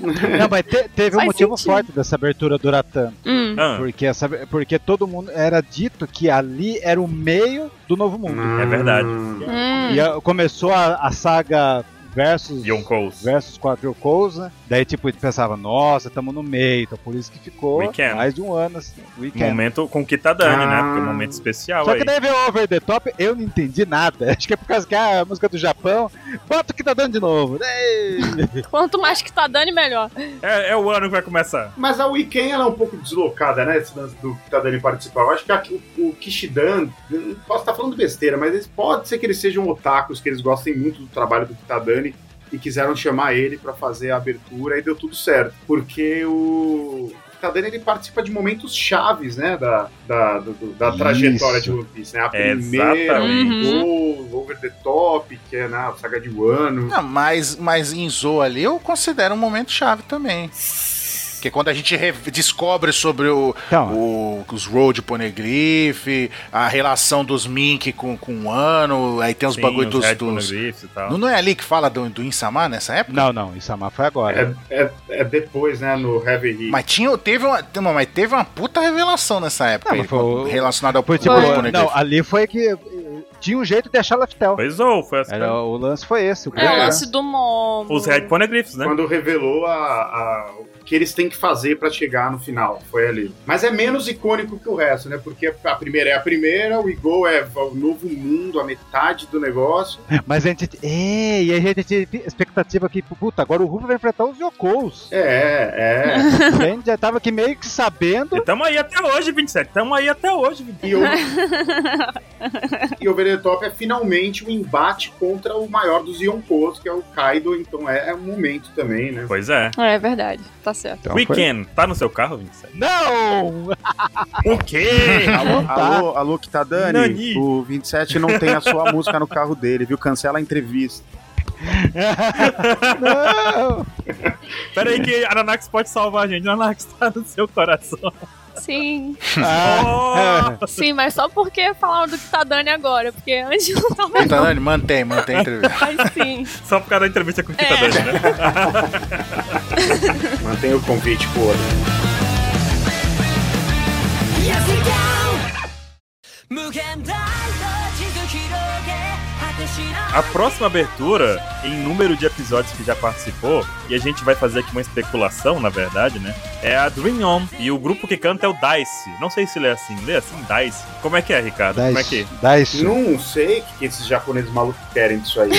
B: Não, mas te- teve um
D: Faz
B: motivo
D: sentido.
B: forte dessa abertura durar tanto.
D: Hum.
A: Ah,
B: Porque, essa, porque todo mundo era dito que ali era o meio do novo mundo.
A: é verdade.
E: Ah.
A: Ah.
D: Hum.
B: E a- começou a, a saga versus
A: Yonkous.
B: versus Quadricles, né? Daí tipo pensava, nossa, estamos no meio, então por isso que ficou
A: Weekend.
B: mais de um ano assim, weekend.
A: Momento com que tá dando, né?
E: Ah.
A: Porque é um momento especial
B: Só
A: aí.
B: que daí veio o Over the Top, eu não entendi nada. Acho que é por causa que ah, a música do Japão. Bota o que tá dando de novo. Ei!
D: Quanto mais que tá dando, melhor.
A: É, é o ano que vai começar.
E: Mas a Weekend ela é um pouco deslocada, né? Esse lance do Tadani participar. Eu acho que a- o, o Kishidan, eu não posso estar falando besteira, mas eles- pode ser que eles sejam otakus, que eles gostem muito do trabalho do Tadani e quiseram chamar ele pra fazer a abertura e deu tudo certo. Porque o. Tadani ele participa de momentos chaves, né? Da, da, do- do- da
B: Isso.
E: trajetória de One Piece, né? A primeira,
A: Exatamente.
E: o Go, Over the Top, que é na saga de Wano.
C: Não, mas, mas em Zo ali eu considero um momento chave também. Porque quando a gente re- descobre sobre o,
B: Então,
C: o- os Road Poneglyph, a relação dos Mink com, com o Ano, aí tem os
A: Sim,
C: bagulho dos.
A: Red
C: dos...
A: Poneglyphs e tal.
C: Não, não é ali que fala do, do Insama nessa época?
B: não, não, Isamar foi
E: É,
B: agora.
E: é, é depois, né? No Heavy Hit.
C: Mas, tinha, teve uma, tem uma- mas teve uma puta revelação nessa época.
B: Não,
C: aí,
B: mas foi o-
C: relacionada ao
B: Foi tipo,
C: Road Poneglyph.
B: não, ali foi que eh, tinha um jeito de achar Laftel.
A: Pois ou, foi as
B: Era, o lance foi esse. O
D: É o
B: grande
D: lance do Momo.
A: Os Red Poneglyphs, é né?
E: Quando revelou a, a- que eles têm que fazer pra chegar no final. Foi ali. Mas é menos icônico que o resto, né? Porque a primeira é a primeira, o Igor é o novo mundo, a metade do negócio.
B: Mas a gente. É, e a gente tinha expectativa que, puta, agora o Ruff vai enfrentar os Yokos.
E: É, é.
B: A gente já tava aqui meio que sabendo.
A: E tamo aí até hoje, 27. Tamo aí até hoje, 27.
E: E o, e o Over the Top é finalmente o embate contra o maior dos Yonkos, que é o Kaido. Então é, é um momento também, né?
A: Pois é.
D: É verdade, tá certo.
B: Então, foi-
A: Weekend, tá no seu carro, 27?
B: Não!
A: O quê?
B: Não
H: Alô,
B: tá.
H: alô, alô, que tá Dani?
A: Nani.
H: O 27 não tem a sua música no carro dele, viu? Cancela a entrevista.
B: Não!
A: Pera aí que Aranax pode salvar a gente. Aranax tá no seu coração.
D: Sim,
B: Ah,
A: Oh!
D: sim, mas só porque falaram do que tá dando agora, porque antes não tava assim.
C: Então, Dani, mantém, mantém a entrevista.
D: mais sim.
A: Só por causa da entrevista com o Kita Dani, né?
E: Mantém o convite pro Oda.
G: 無限大の地図広げ果てしな
A: A próxima abertura, em número de episódios que já participou, e a gente vai fazer aqui uma especulação, na verdade, né? É a Dream On. E o grupo que canta é o Dice. Não sei se lê assim. Lê assim? Dice. Como é que é, Ricardo? Como é que
B: dá isso.
E: Não sei o que, que esses japoneses malucos querem disso aí.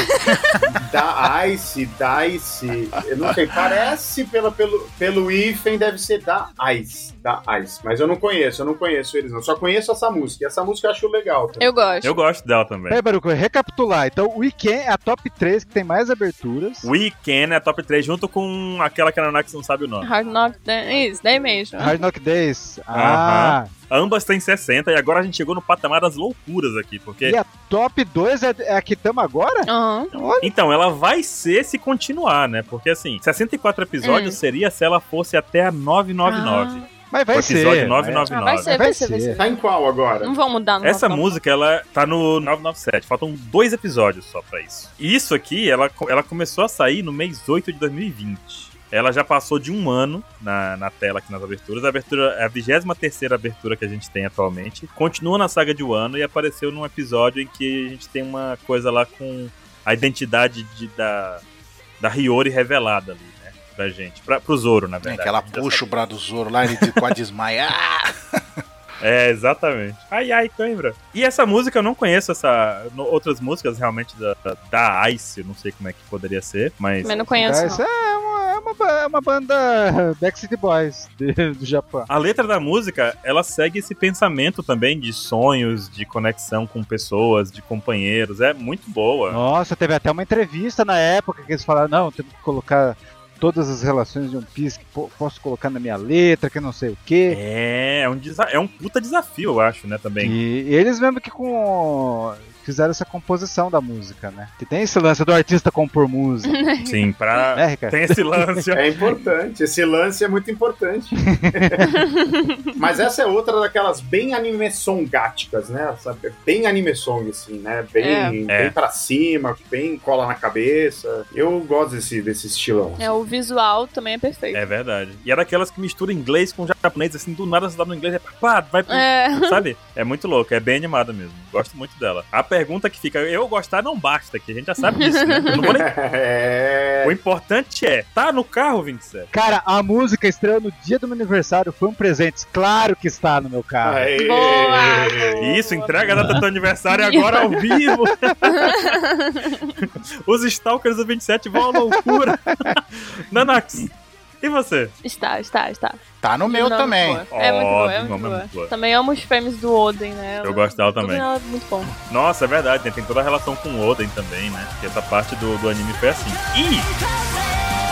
E: da Ice, Dice, eu não sei. Parece pela, pelo, pelo hífen deve ser da Ice, da Ice. Mas eu não conheço, eu não conheço eles não. Só conheço essa música. E essa música eu acho legal. também.
D: Eu gosto.
A: é? Eu gosto dela também.
B: Peraí, Baruco, recapitular. Então, o Weekend é a top 3 que tem mais aberturas.
A: Weekend é top 3, junto com aquela que a Aranax não sabe o nome.
D: Hard Knock, né? isso, daí mesmo.
B: Hard Knock Days. Ah,
A: Ambas têm 60 e agora a gente chegou no patamar das loucuras aqui, porque.
B: E a top 2 é, é a que estamos agora?
D: Aham.
B: Olha,
A: Então, ela vai ser se continuar, né? Porque assim, 64 episódios seria se ela fosse até a 999.
B: mas
A: o
B: vai ser. né?
A: episódio
B: mas-
D: Ah, vai
A: 999.
D: ser, vai,
B: Vai
D: ser, vai
B: ser.
D: ser.
E: Tá em qual agora?
D: Não vão mudar, não.
A: Essa
D: vão.
A: música, ela tá no 997. Faltam dois episódios só pra isso. E isso aqui, ela, co- ela começou a sair no mês 8 de 2020. Ela já passou de um ano na, na tela aqui nas aberturas. A abertura é a 23 abertura que a gente tem atualmente. Continua na saga de Wano e apareceu num episódio em que a gente tem uma coisa lá com a identidade de- da, da Hiyori revelada ali, né? Pra gente. Pra, pro Zoro, na
C: É,
A: verdade.
C: que ela
A: A gente já
C: puxa o braço do Zoro lá, ele de- quase desmaia. Ah!
A: É, exatamente. Ai, ai, cãibra. E essa música, eu não conheço essa, no- outras músicas realmente da, da Ice, eu não sei como é que poderia ser, mas...
D: Mas não conheço,
B: Isso
D: não.
B: é uma, é uma, ba- é uma banda Backstreet Boys de- do Japão.
A: A letra da música, ela segue esse pensamento também de sonhos, de conexão com pessoas, de companheiros. É muito boa.
B: Nossa, teve até uma entrevista na época que eles falaram, não, temos que colocar todas as relações de One Piece que po- posso colocar na minha letra, que não sei o quê.
A: É, é um, desa- é um puta desafio, eu acho, né, também.
B: E eles mesmo que com fizeram essa composição da música, né? Que tem esse lance do artista compor música,
A: Sim, pra...
B: né, Ricardo?
A: Tem esse lance.
E: É importante, esse lance é muito importante. Mas essa é outra daquelas bem anime songáticas, né? Essa- Bem anime song, assim, né? Bem,
D: É.
E: bem
A: É.
E: pra cima, bem cola na cabeça. Eu gosto desse, desse estilão.
D: É, o visual também é perfeito.
A: É verdade. E é daquelas que misturam inglês com japonês, assim, do nada você dá no inglês, é pá, vai pro
D: É.
A: Sabe? É muito louco, é bem animada mesmo. Gosto muito dela. A pergunta que fica, eu gostar não basta, que a gente já sabe disso, né? Eu não vou nem-
E: É.
A: O importante é, tá no carro, 27.
B: Cara, a música estreou no dia do meu aniversário, foi um presente, claro que está no meu carro.
E: Aê.
D: Boa, boa.
A: E Isso, entrega a data do teu aniversário agora ao vivo. Os stalkers do 27 vão à loucura. Nanax, e você?
D: Está, está, está.
C: Tá no meu
D: Não,
C: também.
D: muito boa. É muito boa, é
A: Óbvio,
D: muito
A: é muito
D: boa.
A: boa.
D: Também amo os prêmios do Oden, né?
A: Eu gosto dela também.
D: Tudo nela é muito bom.
A: Nossa, é verdade, né? tem toda a relação com o Oden também, né? Que essa parte do, do anime foi assim. E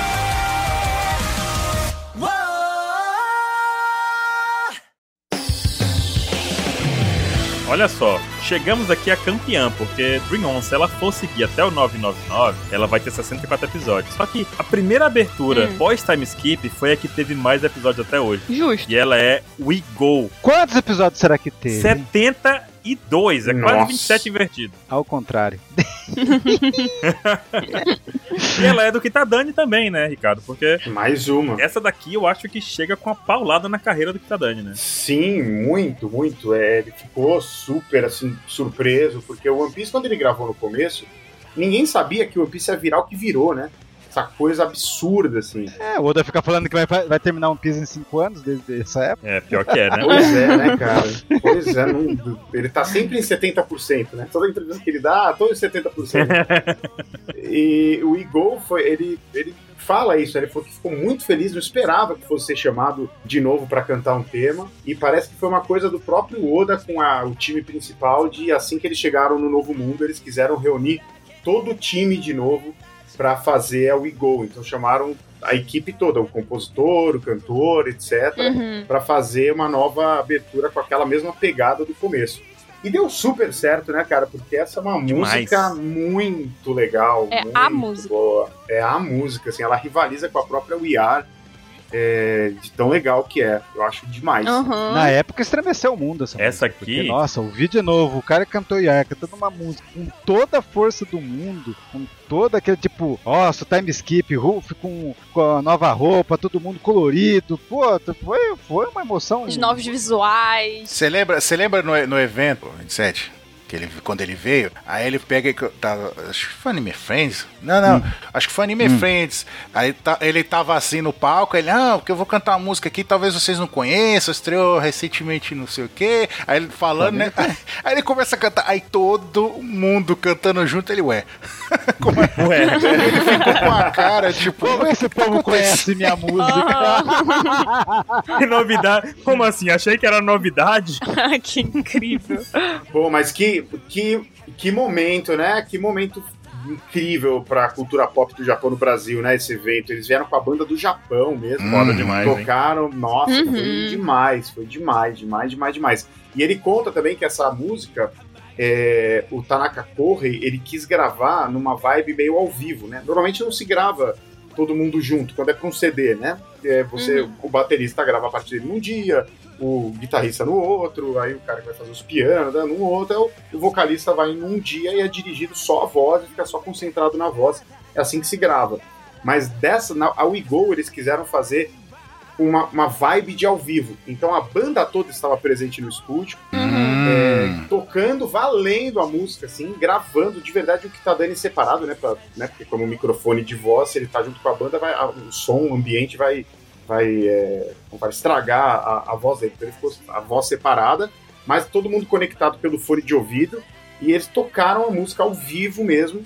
A: Olha só, chegamos aqui a campeã, porque Dream On, se ela for seguir até o 999, ela vai ter 64 episódios. Só que a primeira abertura
D: Hum.
A: pós-time skip foi a que teve mais episódios até hoje.
D: Justo.
A: E ela é We Go.
B: Quantos episódios será que teve?
A: 72, é quase
E: Nossa.
A: 27 invertido.
B: Ao contrário.
A: E ela é do que tá Dani também, né, Ricardo? Porque
E: Mais uma.
A: essa daqui eu acho que chega com a paulada na carreira do que tá Dani, né?
E: Sim, muito, muito. É, ele ficou super assim, surpreso, porque o One Piece, quando ele gravou no começo, ninguém sabia que o One Piece ia virar o que virou, né? essa coisa absurda, assim.
B: É, o Oda fica falando que vai, fa- vai terminar One Piece em 5 anos, desde essa época.
A: É, pior que é, né?
E: Pois é, né, cara? Pois é, não- ele tá sempre em 70%, né? Toda entrevista que ele dá, tô em 70%. E o Igor foi, ele, ele fala isso, ele falou que ficou muito feliz, não esperava que fosse ser chamado de novo pra cantar um tema. E parece que foi uma coisa do próprio Oda com a- o time principal de assim que eles chegaram no Novo Mundo, eles quiseram reunir todo o time de novo pra fazer a We Go. Então chamaram a equipe toda, o compositor, o cantor, etc
D: Uhum.
E: para fazer uma nova abertura com aquela mesma pegada do começo. E deu super certo, né, cara? Porque essa é uma
A: Demais.
E: música muito legal.
D: É
E: muito
D: a música.
E: Boa. É a música, assim, ela rivaliza com a própria We Are, é, de tão legal que é. Eu acho demais.
D: Aham.
B: Na época estremeceu o mundo assim. essa,
A: Essa
B: música, porque,
A: aqui-
B: É, nossa, ouvir de novo, o cara cantou Yar, cantando uma música com toda a força do mundo, com todo aquele tipo, nossa, o time skip, Ruff com, com a nova roupa, todo mundo colorido, pô, t- foi, foi uma emoção.
D: Os novos visuais.
C: Você lembra, você lembra no, no evento, 27? Que ele, quando ele veio, aí ele pega. e co- Tá, acho que foi Anime Friends? Não, não. Acho que foi Anime Friends. Aí tá- ele tava assim no palco, ele, ah, porque eu vou cantar uma música aqui, talvez vocês não conheçam, estreou recentemente não sei o quê. Aí ele falando, né? Aí ele começa a cantar. Aí todo mundo cantando junto, ele, ué. Como é?
A: Ué,
C: Ele ficou com a cara, tipo,
B: Como
C: ué,
B: esse
C: o que tá
B: povo
C: acontecendo?
B: conhece minha música?
D: Ah.
A: que novidade. Como assim? Achei que era novidade.
D: que incrível.
E: Pô, mas que, que, que momento, né? Que momento incrível pra cultura pop do Japão no Brasil, né? Esse evento. Eles vieram com a banda do Japão mesmo.
C: Foda demais, hein?
E: Tocaram, nossa,
D: Uhum.
E: foi demais, foi demais, demais, demais, demais. E ele conta também que essa música, é, o Tanaka Corre, ele quis gravar numa vibe meio ao vivo, né? Normalmente não se grava todo mundo junto, quando é com CD, né? É, você, O baterista grava a partir dele num dia, o guitarrista no outro, aí o cara que vai fazer os pianos né, num outro, aí o- o vocalista vai num dia e é dirigido só a voz, e fica só concentrado na voz. É assim que se grava. Mas dessa, na, a We Go, eles quiseram fazer uma, uma vibe de ao vivo. Então a banda toda estava presente no estúdio,
C: Hum.
E: É, tocando, valendo a música, assim, gravando de verdade o que tá dando em separado, né? pra- né, porque como o microfone de voz, se ele tá junto com a banda, vai, a- o som, o ambiente vai, vai, é, vai estragar a, a voz dele. Então ele ficou a voz separada, mas todo mundo conectado pelo fone de ouvido. E eles tocaram a música ao vivo mesmo.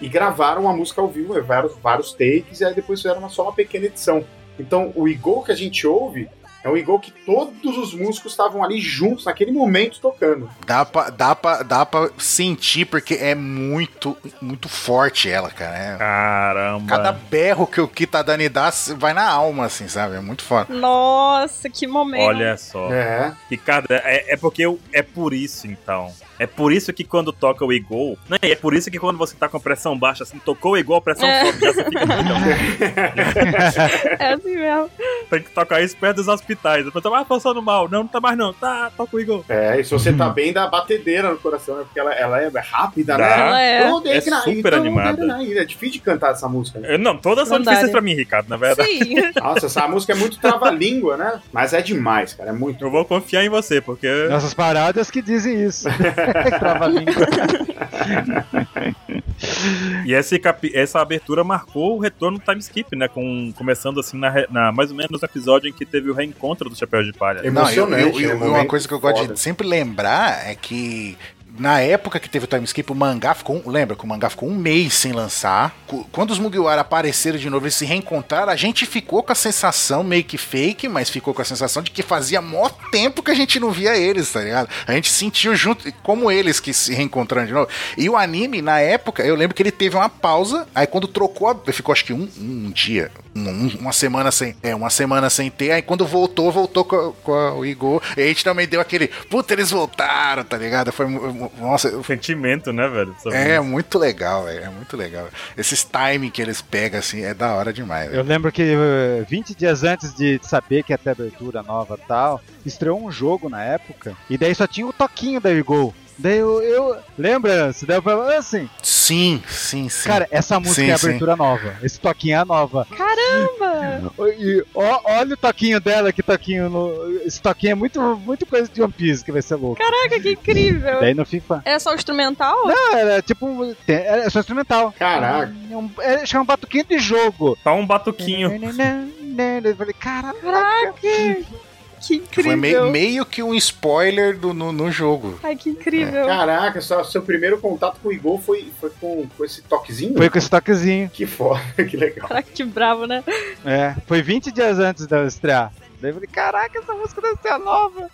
E: E gravaram a música ao vivo, né, vários, vários takes, e aí depois fizeram uma- só uma pequena edição. Então o Igor que a gente ouve é um Igor que todos os músicos estavam ali juntos naquele momento tocando.
C: Dá pra, dá, pra, dá pra sentir, porque é muito, muito forte ela, cara. É-
A: Caramba.
C: Cada berro que o Kitadani dá cê vai na alma, assim, sabe? É muito foda.
D: Nossa, que momento.
A: Olha só.
E: É.
A: Ricardo, é, é porque eu- é por isso, então. É por isso que quando toca o Igol, né? É por isso que quando você tá com a pressão baixa, assim, tocou o Igol, a pressão
D: É.
A: sobe, já você fica muito
D: É assim mesmo.
A: Tem que tocar isso perto dos hospitais. A pessoa, ah, passando mal. Não, não tá mais não. Tá, toca o Igol.
E: É, e se você
C: Uhum.
E: tá bem, dá batedeira no coração, né? Porque ela, ela é rápida,
A: Dá.
E: né?
D: Ela é.
E: Todo
A: É
E: que na-
A: super
E: todo
A: animada.
E: que na- É difícil de cantar essa música. Né?
A: Eu- Não, todas são
D: Não dá,
A: difíceis
D: né?
A: pra mim, Ricardo, na verdade.
D: Sim.
E: Nossa, essa música é muito trava-língua, né? Mas é demais, cara. É muito.
A: Eu vou confiar em você, porque.
B: Nossas paradas que dizem isso. Trava a língua.
A: E esse capi- essa abertura marcou o retorno do time skip, né? Com... Começando assim, na... re- na- mais ou menos no episódio em que teve o reencontro do Chapéu de Palha.
C: Não, eu,
E: Emocionante.
C: eu,
E: né?
C: eu-
E: Um
C: uma
E: momento
C: coisa que eu gosto
E: foda.
C: de sempre lembrar é que na época que teve o time skip, o mangá ficou. um- Lembra que o mangá ficou um mês sem lançar. Cu- Quando os Mugiwara apareceram de novo e se reencontraram, a gente ficou com a sensação, meio que fake, mas ficou com a sensação de que fazia mó tempo que a gente não via eles, tá ligado? A gente sentiu junto, como eles que se reencontraram de novo. E o anime, na época, eu lembro que ele teve uma pausa, aí quando trocou, a- ficou acho que um, um dia, um- um- uma semana sem, é, uma semana sem ter, aí quando voltou, voltou com, a- com a- o Igor, e a gente também deu aquele, puta, eles voltaram, tá ligado? Foi, mu- mu- nossa, eu-
A: Sentimento, né, velho? Sobre
C: é muito legal, velho, é muito legal. Esses timing que eles pegam, assim, é da hora demais. velho.
B: Eu lembro que eh, 20 dias antes de saber que ia ter abertura nova e tal, estreou um jogo na época, e daí só tinha o toquinho da Go. Daí eu, eu lembra, se deu pra assim,
C: Sim, sim, sim.
B: cara, essa música
C: Sim,
B: é a
C: sim.
B: abertura nova, esse toquinho é a nova.
D: Caramba!
B: E ó- olha o toquinho dela, que toquinho no. Esse toquinho é muito, muito coisa de One Piece que vai ser louco.
D: Caraca, que incrível.
B: Daí no FIFA.
D: É só o instrumental?
B: Não, era tipo. um- tem- Era só instrumental.
E: Caraca.
B: É um, é, chama um batuquinho de jogo.
A: Tá um
C: É.
A: batuquinho.
B: Eu falei, caralho.
D: Caraca, que incrível.
C: Foi mei- meio que um spoiler do, no, no jogo.
D: Ai, que incrível.
E: Caraca, só, seu primeiro contato com o Igor foi, foi com, com esse toquezinho?
B: Foi com esse toquezinho.
E: Que foda, que legal.
D: Caraca, que bravo, né?
B: É, foi 20 dias antes de eu estrear. Daí eu falei, caraca, essa música deve ser a nova.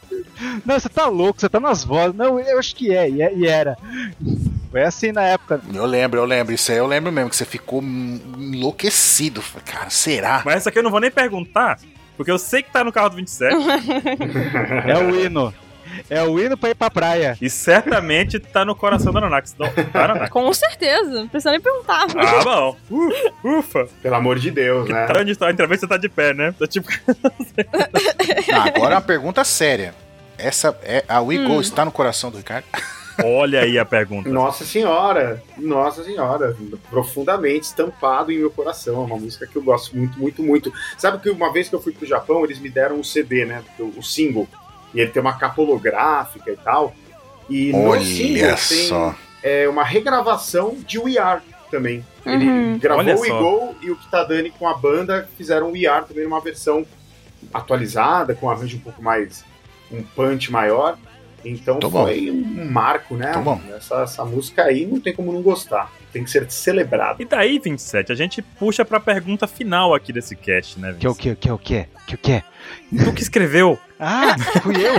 B: Não, você tá louco, você tá nas vozes. Não, eu acho que é, e, é- e era. Foi assim na época.
C: Eu lembro, eu lembro. Isso aí eu lembro mesmo, que você ficou enlouquecido. Falei, Cara, será?
A: Mas essa aqui eu não vou nem perguntar, porque eu sei que tá no carro do 27
B: É o hino. É o hino pra ir pra praia.
A: e certamente tá no coração da Nanax. Não, Aranax.
D: Com certeza, não precisa nem perguntar.
A: tá, Ah, bom. Ufa, ufa.
E: Pelo amor de Deus, né?
A: Tá onde tá? Ainda bem que você tá de pé, né? Tá tipo,
C: Ah, agora uma pergunta séria. Essa é a We Go está no coração do Ricardo?
A: olha aí a pergunta.
E: Nossa Senhora, Nossa Senhora, profundamente estampado em meu coração. É uma música que eu gosto muito, muito, muito. Sabe que uma vez que eu fui pro Japão, eles me deram um CD, né? O o single. E ele tem uma capa holográfica e tal. E no single
C: Olha
E: tem
C: só.
E: é, uma regravação de We Are também.
D: Uhum.
E: Ele
A: Olha
E: gravou o We
A: só.
E: Go e o Kitadani com a banda fizeram We Are também numa versão atualizada, com um arranjo um pouco mais. um punch maior. Então
C: Tô bom.
E: foi um marco, né?
C: Tá bom.
E: Essa, essa música aí não tem como não gostar. Tem que ser celebrada.
A: E daí, 27, a gente puxa pra pergunta final aqui desse cast, né,
B: Que é o
A: Vince?
B: que, que o que, que é o que?
A: Tu que escreveu?
B: Ah, fui eu?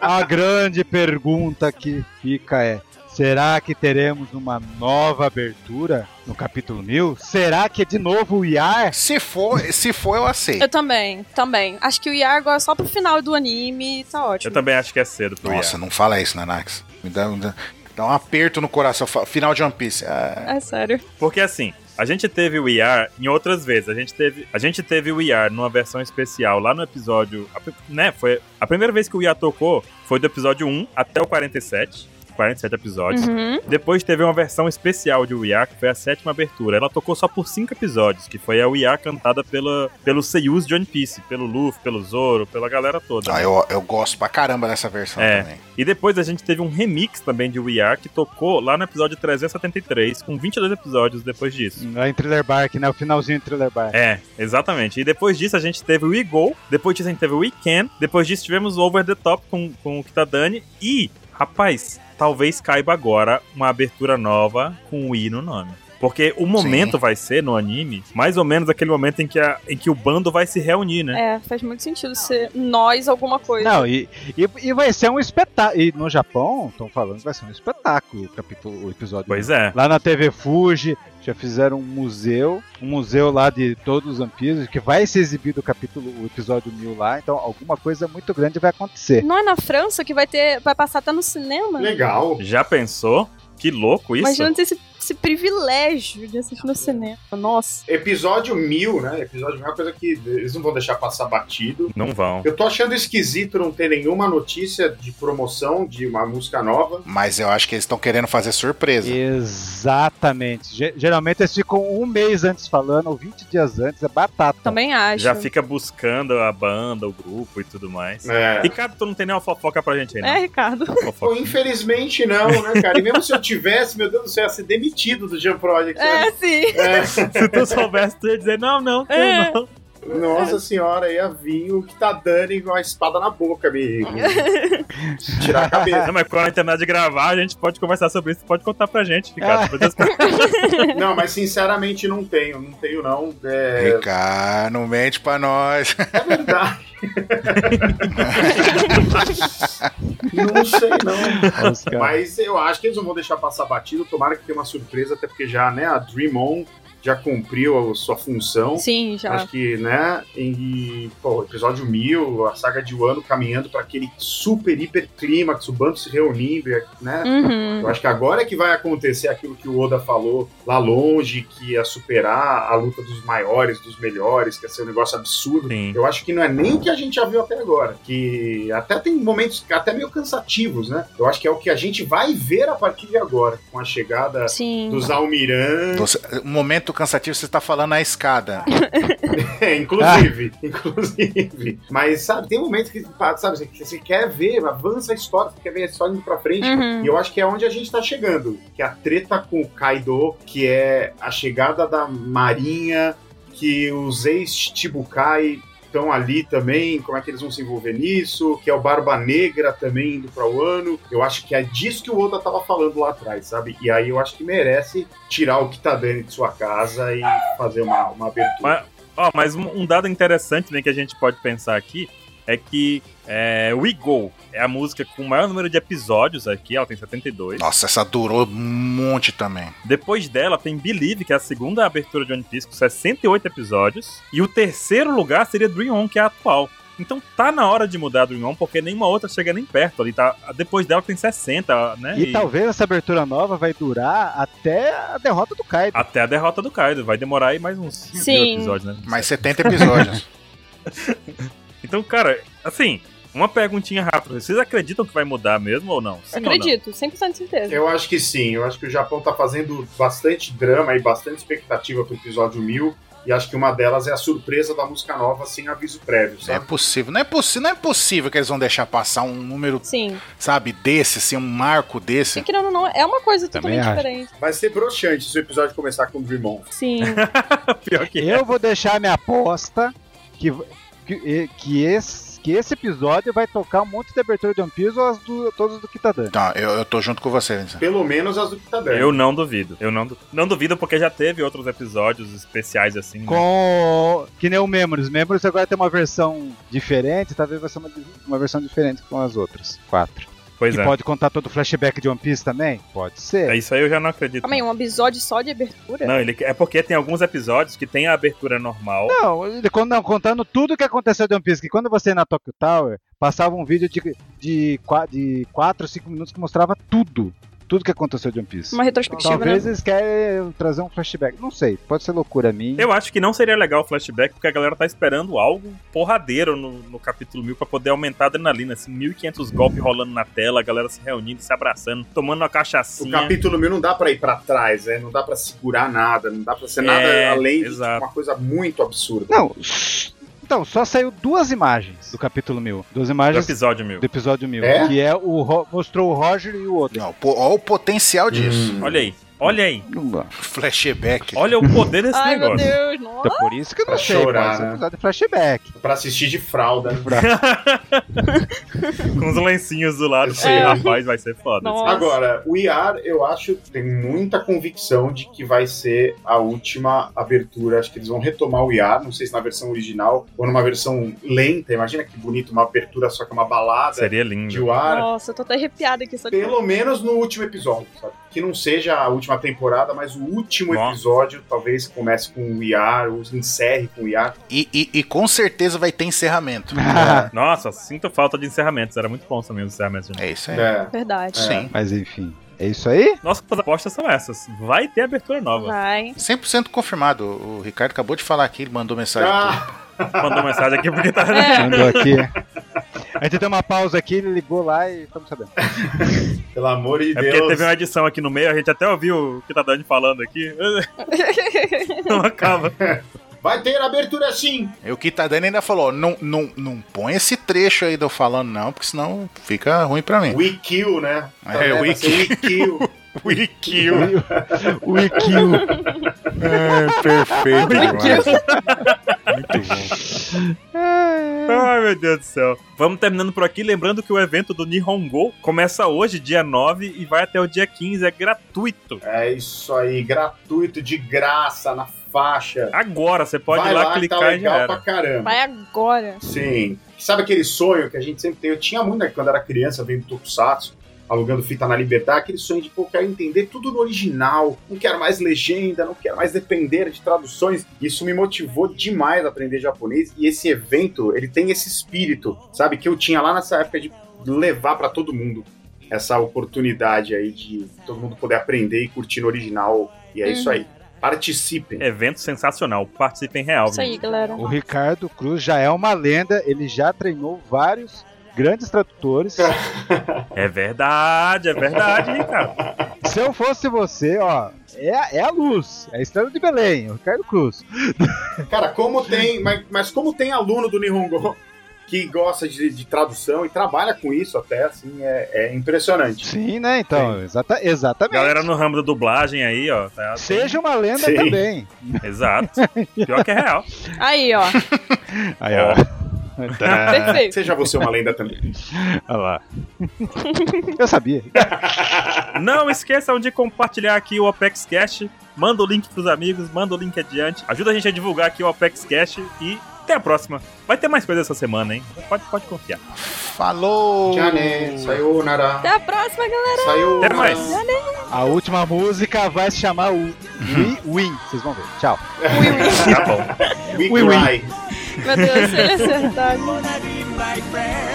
B: a grande pergunta que fica é: será que teremos uma nova abertura no capítulo 1000? Será que é de novo o Iar?
C: Se for, se for, eu aceito.
D: Eu também, também. Acho que o Yargo é só pro final do anime, tá
A: Eu
D: ótimo.
A: também acho que é cedo pro
C: Nossa,
A: Nossa.
C: não fala isso, Nanax. Me dá, me dá- dá um aperto no coração. Fa- Final de One Piece. Ah,
D: É sério.
A: Porque assim, a gente teve o IR em outras vezes. A gente teve, a gente teve o IR numa versão especial lá no episódio. a pri- né, foi, a primeira vez que o IR tocou foi do episódio 1 até o 47. 47 episódios.
D: Uhum.
A: Depois teve uma versão especial de We Are, que foi a sétima abertura. Ela tocou só por cinco episódios, que foi a We Are cantada pela, pelos Seiyus de One Piece, pelo Luffy, pelo Zoro, pela galera toda.
C: ah, eu, eu gosto pra caramba dessa versão
A: É.
C: também.
A: E depois a gente teve um remix também de We Are, que tocou lá no episódio 373, com 22 episódios depois disso.
B: Lá em Thriller Bark, né? O finalzinho de Thriller Bark.
A: É, exatamente. E depois disso a gente teve o We Go, depois disso a gente teve o We Can, depois disso tivemos o Over the Top com, com o Kitadani e, rapaz, talvez caiba agora uma abertura nova com o I no nome. Porque o momento vai ser no anime, mais ou menos aquele momento em que, a- em que o bando vai se reunir, né?
D: É, faz muito sentido ser nós alguma coisa.
B: Não, e, e, e vai ser um espetáculo. E no Japão, estão falando que vai ser um espetáculo o capítulo, o episódio.
A: Pois é.
B: Lá na TV Fuji, já fizeram um museu, um museu lá de todos os Ampisos, que vai ser exibido o capítulo, o episódio 1000 lá, então alguma coisa muito grande vai acontecer.
D: Não é na França que vai ter. Vai passar até no cinema?
E: Legal.
A: Já pensou? Que louco isso?
D: Imagina ter esse, esse privilégio de assistir no cinema. Nossa.
E: Episódio 1000, né? Episódio 1000 é uma coisa que eles não vão deixar passar batido.
A: Não vão.
E: Eu tô achando esquisito não ter nenhuma notícia de promoção de uma música nova.
C: Mas eu acho que eles estão querendo fazer surpresa.
B: Exatamente. Ge- Geralmente eles ficam um mês antes falando, ou 20 dias antes, é batata.
D: Também acho.
A: Já fica buscando a banda, o grupo e tudo mais.
E: É.
A: Ricardo, tu não tem nenhuma fofoca pra
E: né?
A: gente aí,
D: É,
A: não?
D: Ricardo.
E: Pô,
A: Fofoca.
E: infelizmente não, né, cara? E mesmo se eu tivesse, meu Deus do céu, ia ser demitido do Jam Project. né?
D: É, sim.
A: Se tu soubesse, tu ia dizer, não, não, eu
D: É.
A: não.
E: Nossa senhora, ia vir o que tá dando com a espada na boca, amigo. Tirar a cabeça.
A: Não, mas quando a internet de gravar, a gente pode conversar sobre isso, pode contar pra gente, Ricardo. Pra Deus, cara.
E: Não, mas sinceramente não tenho, não tenho não. É,
C: Ricardo, não mente pra nós.
E: é verdade. não sei não.
B: Os caras-
E: Mas eu acho que eles não vão deixar passar batido. Tomara que tenha uma surpresa, até porque já, né, a Dream On já cumpriu a sua função.
D: Sim, já.
E: um Acho que, né, em pô, episódio 1000, a saga de Wano caminhando para aquele super, hiper clímax, o bando se reunindo, e, né?
D: Uhum.
E: Eu acho que agora é que vai acontecer aquilo que o Oda falou lá longe, que ia superar a luta dos maiores, dos melhores, que ia ser um negócio absurdo.
A: Sim.
E: Eu acho que não é nem o que a gente já viu até agora, que até tem momentos até meio cansativos, né? Eu acho que é o que a gente vai ver a partir de agora, com a chegada
D: Sim.
E: dos almirantes,
C: Você- um momento cansativo, você tá falando na escada.
E: É, inclusive, inclusive. Mas, sabe, tem momentos que, sabe, você- você quer ver, avança a história, você quer ver a história indo pra frente,
D: Uhum.
E: E eu acho que é onde a gente tá chegando, que é a treta com o Kaido, que é a chegada da Marinha, que os ex-Tibukai estão ali também, como é que eles vão se envolver nisso, que é o Barba Negra também indo pra o ano. Eu acho que é disso que o Oda tava falando lá atrás, sabe? E aí eu acho que merece tirar o que tá dando de sua casa e fazer uma, uma abertura.
A: Ó, mas um, um dado interessante, né, que a gente pode pensar aqui é que é, We Go é a música com o maior número de episódios aqui, ela tem 72.
C: Nossa, essa durou um monte também.
A: Depois dela tem Believe, que é a segunda abertura de One Piece, com 68 episódios. E o terceiro lugar seria Dream On, que é a atual. Então tá na hora de mudar a Dream On, porque nenhuma outra chega nem perto ali, tá? Depois dela tem 60, né?
B: E tá talvez essa abertura nova vai durar até a derrota do Kaido.
A: Até a derrota do Kaido, vai demorar aí mais uns cinco
D: Sim.
A: episódios, né?
C: Mais 70 episódios.
A: Então, cara, assim, uma perguntinha rápida. Vocês acreditam que vai mudar mesmo ou não? Sim ou não?
D: Acredito, 100% de certeza.
E: Eu acho que sim, eu acho que o Japão tá fazendo bastante drama e bastante expectativa pro episódio 1000, e acho que uma delas é a surpresa da música nova sem aviso prévio,
C: Não é
E: sabe?
C: possível. Não é, possi não é possível que eles vão deixar passar um número,
D: Sim.
C: sabe, desse, assim, um marco
D: E
C: desse.
D: querendo ou não, é uma coisa
B: Também
D: totalmente
B: acho.
D: diferente.
E: É. Vai ser broxante se o episódio começar com o Dream On.
D: Sim.
A: Pior que é.
B: Eu vou deixar minha aposta que, que, que esse, que esse episódio vai tocar um monte de abertura de One Piece ou as do, todas do tá Kitadani.
C: Não, Então, eu, eu tô junto com você, Vincent.
E: Pelo menos as do que tá dando.
A: Eu não duvido. Eu não, du- não duvido porque já teve outros episódios especiais assim. né?
B: Com. Que nem o Memories. Memories agora tem uma versão diferente, talvez vai ser uma, uma versão diferente com as outras. Quatro.
A: Pois
B: que
A: é.
B: pode contar todo o flashback de One Piece também? Pode
A: É
B: ser.
A: isso aí eu já não acredito.
D: Calma aí, um episódio só de abertura?
A: Não, ele, é porque tem alguns episódios que tem a abertura normal.
B: Não, ele con- não, contando tudo o que aconteceu de One Piece, que quando você ia na Tokyo Tower, passava um vídeo de, de, qua- de 4 ou 5 minutos que mostrava tudo. Tudo que aconteceu de One Piece. Então,
D: Uma retrospectiva,
B: Talvez
D: né?
B: eles querem trazer um flashback. Não sei, pode ser loucura minha.
A: Eu acho que não seria legal o flashback, porque a galera tá esperando algo porradeiro no, no capítulo 1000 pra poder aumentar a adrenalina. Assim, 1500 golpes rolando na tela, a galera se reunindo, se abraçando, tomando uma
E: O
A: cachaçinha.
E: capítulo 1000 não dá pra ir pra trás, né? Não dá pra segurar nada, não dá pra ser nada
A: É,
E: além de tipo,
A: exato.
E: uma coisa muito absurda.
B: Não, então, só saiu duas imagens do capítulo 1000. Duas
A: Do
B: imagens
A: episódio 1000.
B: do episódio 1000.
E: É?
B: Que é o. Ro- Mostrou o Roger e o outro.
C: Não, pô, olha o potencial disso.
A: Olha aí, olha aí.
C: Flashback.
A: Olha o poder desse
D: Ai, meu
A: negócio.
D: Deus, nossa.
B: Então, por isso que eu não
E: Pra
B: sei.
E: chorar,
B: pode ser
E: né?
B: episódio de flashback.
E: Pra assistir de fralda. né?
A: Com os lencinhos do lado. assim,
E: Sim.
A: rapaz, vai ser foda.
D: É. Nossa.
E: Agora, o IAR, eu acho, tem muita convicção de que vai ser a última abertura. Acho que eles vão retomar o IAR, não sei se na versão original ou numa versão lenta. Imagina que bonito, uma abertura só que é uma balada
A: Seria
E: de
A: lindo.
E: UAR.
D: Nossa, eu tô até arrepiada aqui só de
E: Pelo menos no último episódio, sabe? Que não seja a última temporada, mas o último
A: Nossa.
E: episódio talvez comece com o IAR, ou encerre com o IAR.
C: E, e- e com certeza vai ter encerramento.
A: Nossa, sinto falta de encerramentos. Era muito bom também os encerramentos. de
C: É isso aí.
E: É.
D: verdade.
C: Sim.
B: Mas enfim, é isso aí?
A: Nossa, as apostas são essas. Vai ter abertura nova.
D: Vai.
C: 100% confirmado. O Ricardo acabou de falar aqui, ele mandou mensagem.
E: Ah,
A: Mandou mensagem aqui porque tá.
D: É,
B: Mandou aqui. A gente deu uma pausa aqui, ele ligou lá e estamos sabendo.
E: pelo amor de
A: É
E: Deus.
A: porque teve uma edição aqui no meio, a gente até ouviu o que tá Dani falando aqui.
D: É.
A: Não acaba.
E: Vai ter abertura sim!
C: E o Kitadani ainda falou: ó, não, não, não põe esse trecho aí de eu falando, não, porque senão fica ruim pra mim.
E: We kill, né?
C: É,
E: Vai
C: we
E: ser We kill.
A: We kill.
B: O IQ.
C: É, perfeito. demais. Muito bom.
A: Ai, meu Deus do céu. Vamos terminando por aqui, lembrando que o evento do Nihongo começa hoje, dia 9, e vai até o dia 15, é gratuito.
E: É isso aí, gratuito, de graça, na faixa.
A: Agora, você pode
E: Vai
A: ir lá,
E: que
A: clicar
E: tá
A: e já
E: legal pra
A: era.
E: caramba.
D: vai agora.
E: Sim. Sabe aquele sonho que a gente sempre tem? Eu tinha muito né, quando era criança, vendo Tokusatsu, alugando fita na Libertar, aquele sonho de, pô, quero entender tudo no original, não quero mais legenda, não quero mais depender de traduções. Isso me motivou demais a aprender japonês e esse evento, ele tem esse espírito, sabe? Que eu tinha lá nessa época de levar pra todo mundo essa oportunidade aí de todo mundo poder aprender e curtir no original. E é isso aí. Participem.
A: Evento sensacional. Participem real.
D: Isso aí,
A: gente.
D: galera.
B: O Ricardo Cruz já é uma lenda, ele já treinou vários grandes tradutores.
A: É verdade, é verdade, Ricardo.
B: Se eu fosse você, ó, é, é a luz, é a estrela de Belém, o Ricardo Cruz.
E: Cara, como tem. Mas, mas como tem aluno do Nihongo que gosta de, de tradução e trabalha com isso até, assim, é, é impressionante.
B: Sim, né? Então, exata, exatamente.
A: Galera no ramo da dublagem aí, ó. tá-
B: Seja uma lenda
E: Sim.
B: também.
A: Exato. Pior que é real.
D: Aí, ó.
B: Aí, ó.
D: Perfeito.
E: Seja você uma lenda também.
B: Olha lá. Eu sabia.
A: Não esqueçam de compartilhar aqui o Apex Cash. Manda o link pros amigos, manda o link adiante. Ajuda a gente a divulgar aqui o Apex Cash e até a próxima. Vai ter mais coisa essa semana, hein? Pode, pode confiar.
C: Falou!
E: Jane, sayonara.
D: Até a próxima, galera. né?
E: Sayonara.
A: Até mais.
B: A última música vai se chamar o We Win. Vocês vão ver. Tchau.
A: Tá bom.
E: We
B: Ui, ui.
E: cry.
D: Meu Deus, se ele acertar.
G: wanna be my friend